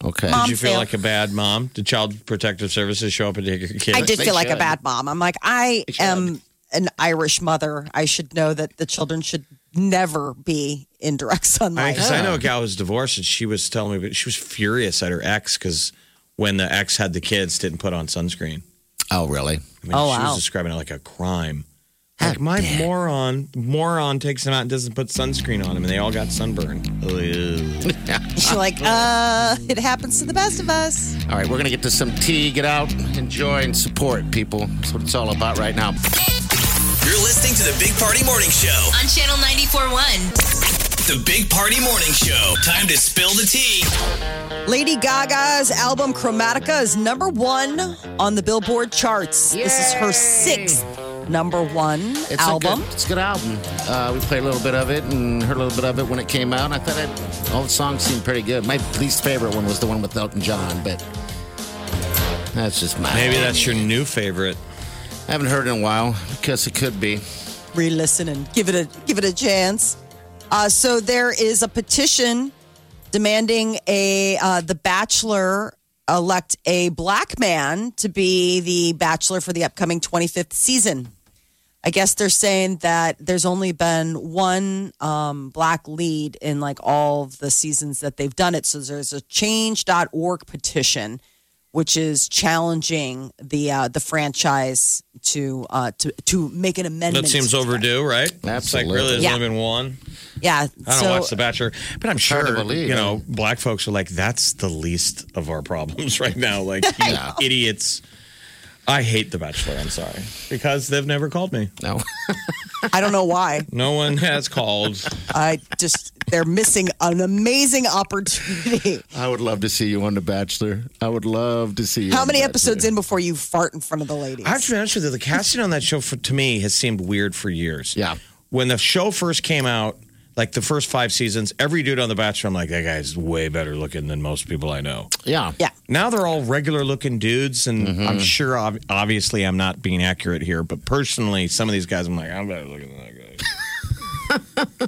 [SPEAKER 5] Okay.
[SPEAKER 4] Mom
[SPEAKER 6] Did you feel
[SPEAKER 4] fail.
[SPEAKER 6] like a bad mom? Did Child Protective Services show up and take your kid?
[SPEAKER 4] I did feel like a bad mom. I'm like, I am an Irish mother. I should know that the children should never be in direct
[SPEAKER 6] I mean,
[SPEAKER 4] sunlight.
[SPEAKER 6] 'cause I know a gal was divorced and she was telling me, but she was furious at her ex because when the ex had the kids, didn't put on sunscreen.
[SPEAKER 5] Oh, really?
[SPEAKER 6] I mean,
[SPEAKER 5] Oh,
[SPEAKER 6] she
[SPEAKER 5] wow.
[SPEAKER 6] was describing it like a crime. Like my moron, moron takes him out and doesn't put sunscreen on him, and they all got sunburned.
[SPEAKER 4] She's like, uh, it happens to the best of us.
[SPEAKER 5] All right, we're going to get to some tea, get out, enjoy, and support people. That's what it's all about right now.
[SPEAKER 2] You're listening to the Big Party Morning Show.
[SPEAKER 3] On Channel 941.
[SPEAKER 2] The Big Party Morning Show. Time to spill the tea.
[SPEAKER 4] Lady Gaga's album Chromatica is number one on the Billboard charts. This is her sixth number one
[SPEAKER 5] It's
[SPEAKER 4] album.
[SPEAKER 5] A good, it's a good album. Uh, we played a little bit of it and heard a little bit of it when it came out. And I thought it, all the songs seemed pretty good. My least favorite one was the one with Elton John, but That's just my.
[SPEAKER 6] Maybe that's your new favorite.
[SPEAKER 5] I haven't heard in a while because it could be.
[SPEAKER 4] re-listen and give it a give it a chance. Uh, so there is a petition demanding a uh, the Bachelor elect a black man to be the Bachelor for the upcoming 25th season. I guess they're saying that there's only been one um, black lead in like all of the seasons that they've done it. So there's a change.org petition, which is challenging the uh, the franchise to uh, to to make an amendment.
[SPEAKER 6] That seems overdue, right? It's like really, there's
[SPEAKER 4] Yeah.
[SPEAKER 6] only been one.
[SPEAKER 4] Yeah.
[SPEAKER 6] I don't
[SPEAKER 4] so,
[SPEAKER 6] watch The Bachelor, but I'm sure
[SPEAKER 5] Hard to believe,
[SPEAKER 6] you know black folks are like that's the least of our problems right now. Like you idiots. I hate The Bachelor. I'm sorry because they've never called me.
[SPEAKER 5] No,
[SPEAKER 4] I don't know why.
[SPEAKER 6] no one has called.
[SPEAKER 4] I just they're missing an amazing opportunity.
[SPEAKER 5] I would love to see you on The Bachelor. I would love to see you.
[SPEAKER 4] How
[SPEAKER 5] on The
[SPEAKER 4] many
[SPEAKER 5] Bachelor.
[SPEAKER 4] episodes in before you fart in front of the ladies?
[SPEAKER 6] I have to be honest with you, the casting on that show for, to me has seemed weird for years.
[SPEAKER 5] Yeah.
[SPEAKER 6] When the show first came out, like the first five seasons, every dude on The Bachelor, I'm like, that guy's way better looking than most people I know.
[SPEAKER 5] Yeah.
[SPEAKER 4] yeah.
[SPEAKER 6] Now they're all regular looking dudes, and I'm sure, ob- obviously, I'm not being accurate here, but personally, some of these guys, I'm like, I'm better looking than that guy.
[SPEAKER 4] How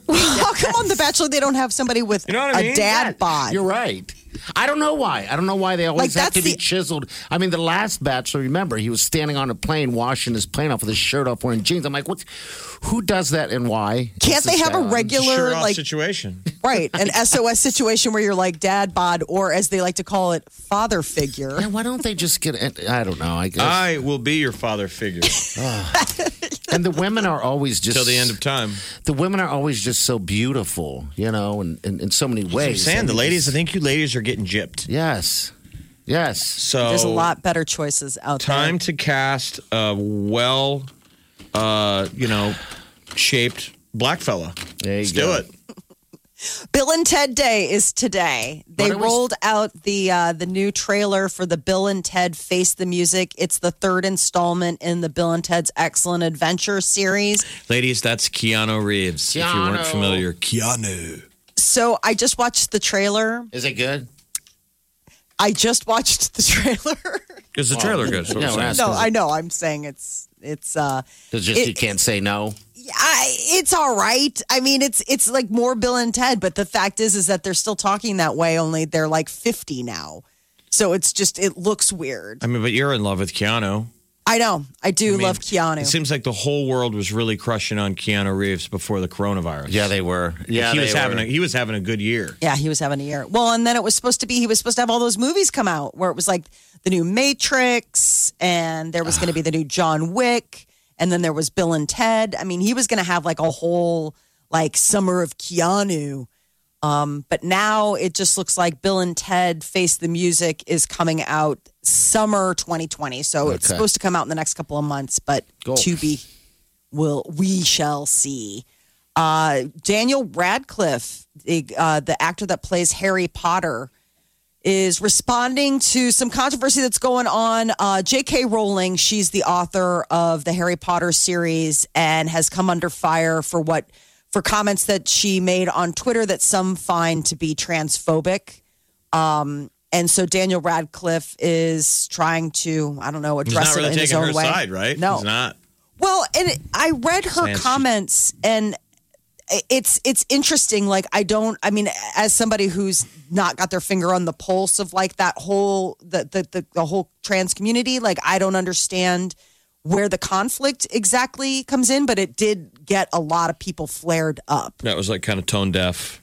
[SPEAKER 4] Oh, come on The Bachelor they don't have somebody with
[SPEAKER 6] know what I
[SPEAKER 4] a
[SPEAKER 6] mean?
[SPEAKER 4] dad bod?
[SPEAKER 5] You're right. I don't know why. I don't know why they always
[SPEAKER 4] Like,
[SPEAKER 5] have to
[SPEAKER 4] that's
[SPEAKER 5] be
[SPEAKER 4] the-
[SPEAKER 5] chiseled. I mean, the last bachelor, remember, he was standing on a plane, washing his plane off with his shirt off, wearing jeans. I'm like, what? Who does that and why?
[SPEAKER 4] Can't
[SPEAKER 5] It's this
[SPEAKER 4] they have
[SPEAKER 5] guy
[SPEAKER 4] a
[SPEAKER 5] on.
[SPEAKER 4] regular
[SPEAKER 6] Sure off
[SPEAKER 4] like
[SPEAKER 6] situation.
[SPEAKER 4] right an SOS situation where you're like dad bod or as they like to call it father figure?
[SPEAKER 5] Yeah, why don't they just get? I don't know. I guess.
[SPEAKER 6] I will be your father figure
[SPEAKER 5] and the women are always just
[SPEAKER 6] till the end of time.
[SPEAKER 5] the women are always just so beautiful, you know, and in, in so many
[SPEAKER 6] I'm
[SPEAKER 5] ways.
[SPEAKER 6] saying
[SPEAKER 5] And
[SPEAKER 6] the ladies, I
[SPEAKER 5] just-
[SPEAKER 6] think you ladies are getting gypped.
[SPEAKER 5] Yes, yes.
[SPEAKER 6] So
[SPEAKER 4] There's a lot better choices out
[SPEAKER 6] time
[SPEAKER 4] there.
[SPEAKER 6] to cast a well, uh, you know, shaped black fella.
[SPEAKER 5] There you
[SPEAKER 6] Let's
[SPEAKER 5] go.
[SPEAKER 6] do it.
[SPEAKER 4] Bill and Ted Day is today. They
[SPEAKER 5] What are we-
[SPEAKER 4] rolled out the uh, the new trailer for the Bill and Ted Face the Music. It's the third installment in the Bill and Ted's Excellent Adventure series.
[SPEAKER 6] Ladies, that's Keanu Reeves. If you weren't
[SPEAKER 5] Keanu.
[SPEAKER 6] familiar, Keanu.
[SPEAKER 4] So I just watched the trailer.
[SPEAKER 5] Is it good?
[SPEAKER 4] I just watched the trailer.
[SPEAKER 6] Is the trailer good? That's what
[SPEAKER 5] yeah,
[SPEAKER 6] I'm
[SPEAKER 5] we're
[SPEAKER 6] saying.
[SPEAKER 5] asking.
[SPEAKER 4] no, I know. I'm saying it's it's uh
[SPEAKER 5] It's just
[SPEAKER 4] It-
[SPEAKER 5] you can't say no.
[SPEAKER 4] I, it's all right. I mean, it's it's like more Bill and Ted, but the fact is is that they're still talking that way. Only they're like 50 now, so it's just it looks weird.
[SPEAKER 6] I mean, but you're in love with Keanu.
[SPEAKER 4] I know. I do
[SPEAKER 6] I mean,
[SPEAKER 4] love Keanu.
[SPEAKER 6] It seems like the whole world was really crushing on Keanu Reeves before the coronavirus.
[SPEAKER 5] they were. Yeah,
[SPEAKER 6] he
[SPEAKER 5] they
[SPEAKER 6] was having
[SPEAKER 5] were.
[SPEAKER 6] a, he was having a good year.
[SPEAKER 4] Yeah, he was having a year. Well, and then it was supposed to be he was supposed to have all those movies come out where it was like the new Matrix and there was going to be the new John Wick and then there was Bill and Ted. I mean, he was going to have like a whole like summer of Keanu. Um, but now it just looks like Bill and Ted Face the Music is coming out summer 2020. So it's
[SPEAKER 5] Okay.
[SPEAKER 4] supposed to come out in the next couple of months, but
[SPEAKER 5] Cool.
[SPEAKER 4] to be will we shall see. Uh, Daniel Radcliffe, the uh, the actor that plays Harry Potter, is responding to some controversy that's going on. Uh, J.K. Rowling, she's the author of the Harry Potter series, and has come under fire for what for comments that she made on Twitter that some find to be transphobic. Um, and so Daniel Radcliffe is trying to, I don't know,
[SPEAKER 6] He's
[SPEAKER 4] address
[SPEAKER 6] not really
[SPEAKER 4] it in his
[SPEAKER 6] taking
[SPEAKER 4] own
[SPEAKER 6] her
[SPEAKER 4] way.
[SPEAKER 6] side, right?
[SPEAKER 4] No,
[SPEAKER 6] he's not.
[SPEAKER 4] well, and I read her
[SPEAKER 6] Saying she-
[SPEAKER 4] comments and it's it's interesting like I don't I mean as somebody who's not got their finger on the pulse of like that whole the the the, the whole trans community like I don't understand where the conflict exactly comes in but it did get a lot of people flared up.
[SPEAKER 6] That was like kind of tone deaf.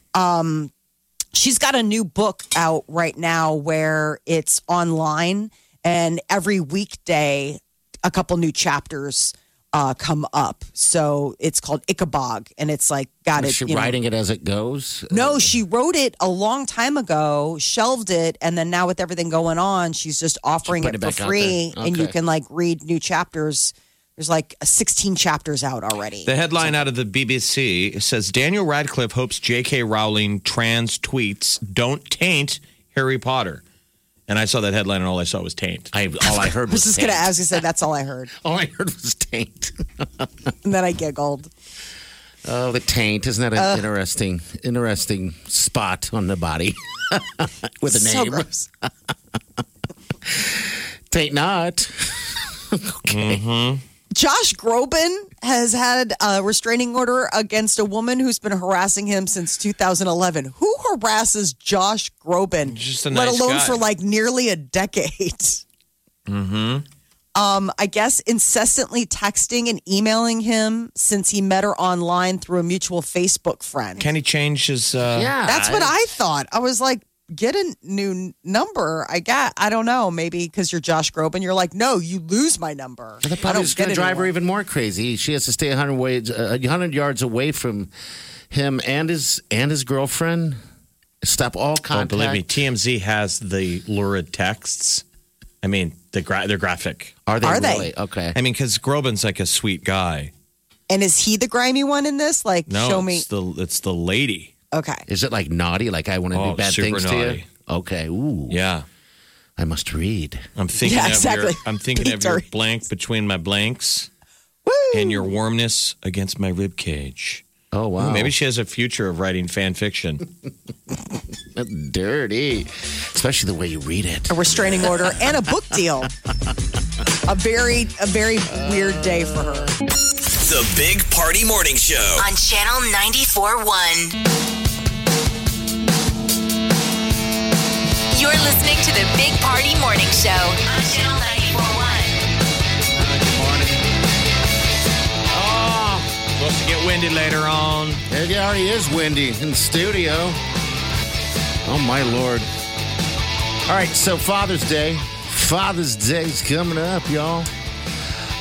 [SPEAKER 4] she's got a new book out right now where it's online and every weekday a couple new chapters uh, come up so it's called ichabog and it's like got
[SPEAKER 5] Is
[SPEAKER 4] it
[SPEAKER 5] she
[SPEAKER 4] you know-
[SPEAKER 5] writing it as it goes?
[SPEAKER 4] no she wrote it a long time ago shelved it and then now with everything going on she's just offering it,
[SPEAKER 5] put it
[SPEAKER 4] for
[SPEAKER 5] back out
[SPEAKER 4] free
[SPEAKER 5] there.
[SPEAKER 4] and you
[SPEAKER 5] Okay.
[SPEAKER 4] can like read new chapters there's like 16 chapters out already
[SPEAKER 6] The headline out of the BBC says Daniel Radcliffe hopes J.K. Rowling trans tweets don't taint Harry Potter. And I saw that headline, and all I saw was taint.
[SPEAKER 5] I all I heard
[SPEAKER 4] I was
[SPEAKER 5] was
[SPEAKER 4] just
[SPEAKER 5] taint.
[SPEAKER 4] gonna ask you said that's all i heard
[SPEAKER 5] All I heard was taint.
[SPEAKER 4] and then i giggled
[SPEAKER 5] Oh, the taint! Isn't that an
[SPEAKER 4] Uh.
[SPEAKER 5] interesting, interesting spot on the body with a
[SPEAKER 4] so
[SPEAKER 5] name?
[SPEAKER 4] gross
[SPEAKER 5] think not. okay.
[SPEAKER 6] Mm-hmm.
[SPEAKER 4] Josh Groban has had a restraining order against a woman who's been harassing him since 2011. Who harasses Josh Groban?
[SPEAKER 6] Just a
[SPEAKER 4] let
[SPEAKER 6] nice
[SPEAKER 4] alone
[SPEAKER 6] guy.
[SPEAKER 4] for like nearly a decade.
[SPEAKER 6] Mm-hmm.
[SPEAKER 4] Um, I guess incessantly texting and emailing him since he met her online through a mutual Facebook friend.
[SPEAKER 6] Can he change his? Uh,
[SPEAKER 4] That's what I thought. I was like, get a new n- number. I got, I don't know, maybe because you're Josh Groban, you're like, no, you lose my number.
[SPEAKER 5] That
[SPEAKER 4] I
[SPEAKER 5] probably
[SPEAKER 4] don't
[SPEAKER 5] is
[SPEAKER 4] get
[SPEAKER 5] going to drive her
[SPEAKER 4] anymore.
[SPEAKER 5] even more crazy. She has to stay 100, way, uh, 100 yards away from him and his and his girlfriend. Stop all
[SPEAKER 6] Don't
[SPEAKER 5] contact.
[SPEAKER 6] Oh, believe me. TMZ has the lurid texts. I mean, the gra- they're graphic.
[SPEAKER 5] Are they
[SPEAKER 4] Are they?
[SPEAKER 5] really? Okay.
[SPEAKER 6] I mean, because Groban's like a sweet guy.
[SPEAKER 4] And is he the grimy one in this? Like,
[SPEAKER 6] No,
[SPEAKER 4] show me.
[SPEAKER 6] it's the it's the lady.
[SPEAKER 4] Okay.
[SPEAKER 5] Is it like naughty? Like I want to
[SPEAKER 6] Oh,
[SPEAKER 5] do bad
[SPEAKER 6] super
[SPEAKER 5] things to you?
[SPEAKER 6] naughty.
[SPEAKER 5] Okay. Ooh.
[SPEAKER 6] Yeah,
[SPEAKER 5] I must read.
[SPEAKER 6] I'm thinking.
[SPEAKER 4] Yeah,
[SPEAKER 6] of
[SPEAKER 4] exactly.
[SPEAKER 6] Your, I'm thinking of your
[SPEAKER 4] Peter.
[SPEAKER 6] blank between my blanks
[SPEAKER 4] Woo!
[SPEAKER 6] and your warmness against my rib cage.
[SPEAKER 5] Oh wow.
[SPEAKER 6] Maybe she has a future of writing fan fiction.
[SPEAKER 5] dirty, especially the way you read it.
[SPEAKER 4] A restraining order and a book deal. a very, a very weird day for her.
[SPEAKER 2] The Big Party Morning Show.
[SPEAKER 3] on Channel 94.1. You're listening to the Big Party Morning Show on Channel 94.1.
[SPEAKER 6] Oh, supposed to get windy later on.
[SPEAKER 5] It already is windy in the studio. Oh my lord. All right, so Father's Day. Father's Day's coming up, y'all.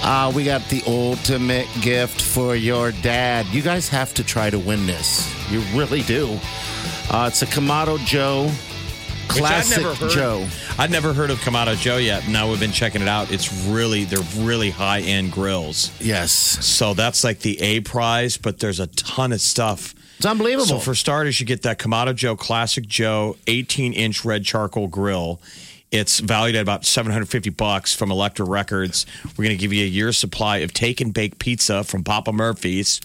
[SPEAKER 5] Uh, we got the ultimate gift for your dad. You guys have to try to win this. You really do. Uh, it's a Kamado Joe
[SPEAKER 6] Which I've
[SPEAKER 5] Classic
[SPEAKER 6] never heard-
[SPEAKER 5] Joe.
[SPEAKER 6] I'd never heard of Kamado Joe yet. Now we've been checking it out. It's really they're really high end grills.
[SPEAKER 5] Yes.
[SPEAKER 6] So that's like the A prize, but there's a ton of stuff.
[SPEAKER 5] It's unbelievable.
[SPEAKER 6] So for starters, you get that Kamado Joe Classic Joe 18 inch red charcoal grill. It's valued at about 750 bucks from Electra Records. We're going to give you a year's supply of take and bake pizza from Papa Murphy's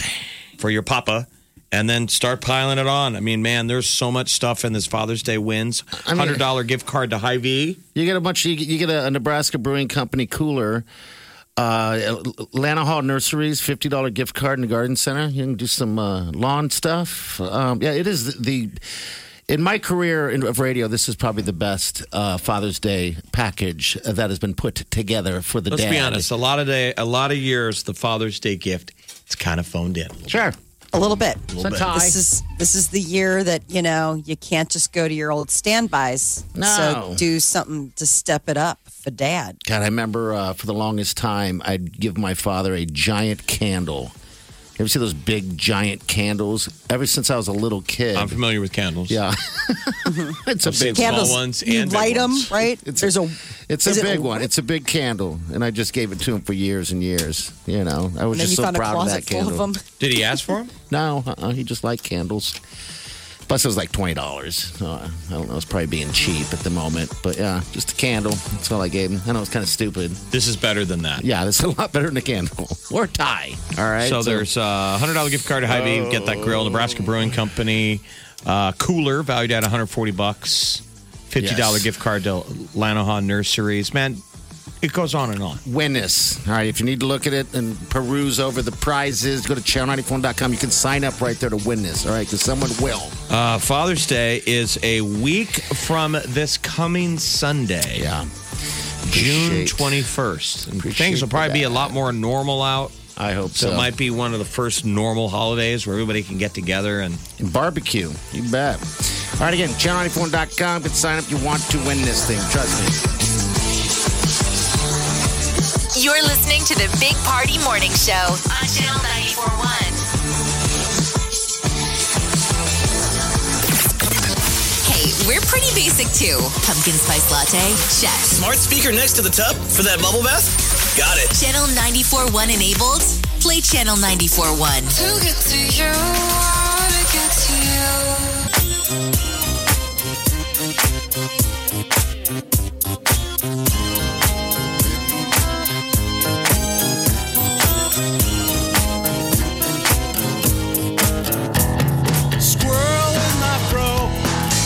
[SPEAKER 6] for your papa. And then start piling it on. I mean, man, there's so much stuff in this Father's Day wins.
[SPEAKER 5] I mean-
[SPEAKER 6] Hundred dollar gift card to Hy Vee.
[SPEAKER 5] You get a bunch. You get, you get a, Nebraska Brewing Company cooler. Uh, Lana Hall Nurseries fifty dollar gift card in the garden center. You can do some uh, lawn stuff. Um, yeah, it is the, in my career in, of radio, this is probably the best uh, Father's Day package that has been put together for the
[SPEAKER 6] Let's
[SPEAKER 5] dad.
[SPEAKER 6] be honest. A lot of day, a lot of years, the Father's Day gift, it's kind of phoned in.
[SPEAKER 5] Sure,
[SPEAKER 4] A little bit.
[SPEAKER 5] it's a tie.
[SPEAKER 4] This is this is the year that you know you can't just go to your old standbys.
[SPEAKER 5] No.
[SPEAKER 4] So do something to step it up for dad.
[SPEAKER 5] God, I remember uh, for the longest time, I'd give my father a giant candle. You ever see those big giant candles? Ever since I was a little kid,
[SPEAKER 6] I'm familiar with candles.
[SPEAKER 5] Yeah. it's a big
[SPEAKER 6] Small
[SPEAKER 4] Candles,
[SPEAKER 6] ones
[SPEAKER 4] you
[SPEAKER 6] and big
[SPEAKER 4] light
[SPEAKER 6] ones.
[SPEAKER 4] them right. There's a
[SPEAKER 5] it's
[SPEAKER 4] is
[SPEAKER 5] a
[SPEAKER 4] it
[SPEAKER 5] big one. It's a big candle. And I just gave it to him for years and years. You know, I
[SPEAKER 4] And
[SPEAKER 5] was
[SPEAKER 4] then
[SPEAKER 5] just
[SPEAKER 4] you
[SPEAKER 5] so
[SPEAKER 4] found a
[SPEAKER 5] proud of
[SPEAKER 4] closet
[SPEAKER 5] that
[SPEAKER 4] full
[SPEAKER 5] candle.
[SPEAKER 4] of them.
[SPEAKER 6] Did he ask for them?
[SPEAKER 5] No, uh-uh, he just liked candles. Plus, it was like $20. Uh, I don't know. It's probably being cheap at the moment. But yeah, just a candle. That's all I gave him. I know it's kind of stupid.
[SPEAKER 6] This is better than that.
[SPEAKER 5] Yeah, that's a lot better than a candle or a tie. All right.
[SPEAKER 6] So there's a hundred dollar gift card to Hy-Vee. Get that grill, Nebraska Brewing Company uh, cooler valued at 140 bucks. Fifty dollar
[SPEAKER 5] Yes.
[SPEAKER 6] gift card to Lanahan Nurseries. Man, it goes on and on.
[SPEAKER 5] Witness. All right, if you need to look at it and peruse over the prizes, go to channel94.com. You can sign up right there to win this. All right, because someone will.
[SPEAKER 6] Uh, Father's Day is a week from this coming Sunday.
[SPEAKER 5] Yeah.
[SPEAKER 6] June
[SPEAKER 5] Appreciate-
[SPEAKER 6] 21st. And
[SPEAKER 5] Appreciate
[SPEAKER 6] Things will probably be a
[SPEAKER 5] that.
[SPEAKER 6] lot more normal out.
[SPEAKER 5] I hope
[SPEAKER 6] So
[SPEAKER 5] so.
[SPEAKER 6] it might be one of the first normal holidays where everybody can get together and
[SPEAKER 5] And barbecue. You bet. All right, again, channel94.com. You can sign up. You want to win this thing. Trust me.
[SPEAKER 3] You're listening to the Big Party Morning Show on Channel 94.1. Hey, we're pretty basic too. Pumpkin spice latte, check.
[SPEAKER 2] Smart speaker next to the tub for that bubble bath? Got it.
[SPEAKER 3] Channel 94.1 enabled. Play Channel 94.1.
[SPEAKER 7] To get to you, I wanna get to you.
[SPEAKER 1] Squirrel in my fro.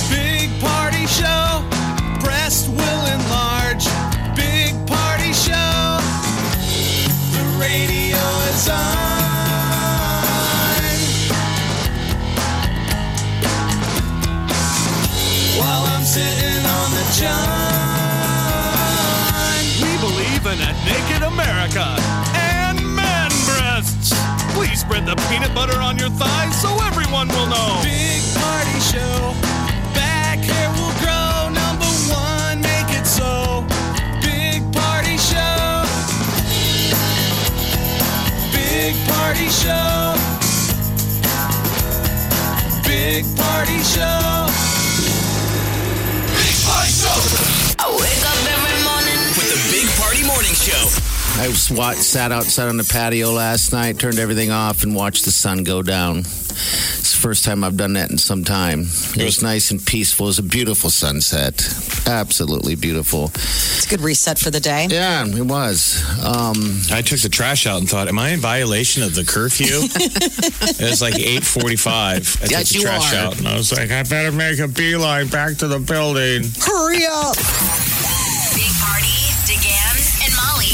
[SPEAKER 1] Big party show. Breast will enlarge. Big party. sitting on the john. We believe in a naked America and man breasts. Please spread the peanut butter on your thighs so everyone will know. Big party show. Back hair will grow. Number one, make it so. Big party show. Big party show. Big party show. Big party show.
[SPEAKER 3] I wake up every morning.
[SPEAKER 2] With the Big Party Morning Show.
[SPEAKER 5] I swat, sat outside on the patio last night, turned everything off, and watched the sun go down. It's the first time I've done that in some time. It was nice and peaceful. It was a beautiful sunset. Absolutely beautiful.
[SPEAKER 4] It's a good reset for the day.
[SPEAKER 5] Yeah, it was. Um,
[SPEAKER 6] I took the trash out and thought, am I in violation of the curfew? it was like 8.45. I
[SPEAKER 5] Yes,
[SPEAKER 6] took the
[SPEAKER 5] you
[SPEAKER 6] trash
[SPEAKER 5] are.
[SPEAKER 6] out and I was like, I better make a beeline back to the building.
[SPEAKER 4] Hurry up.
[SPEAKER 3] Big Party, DeGan, and Molly.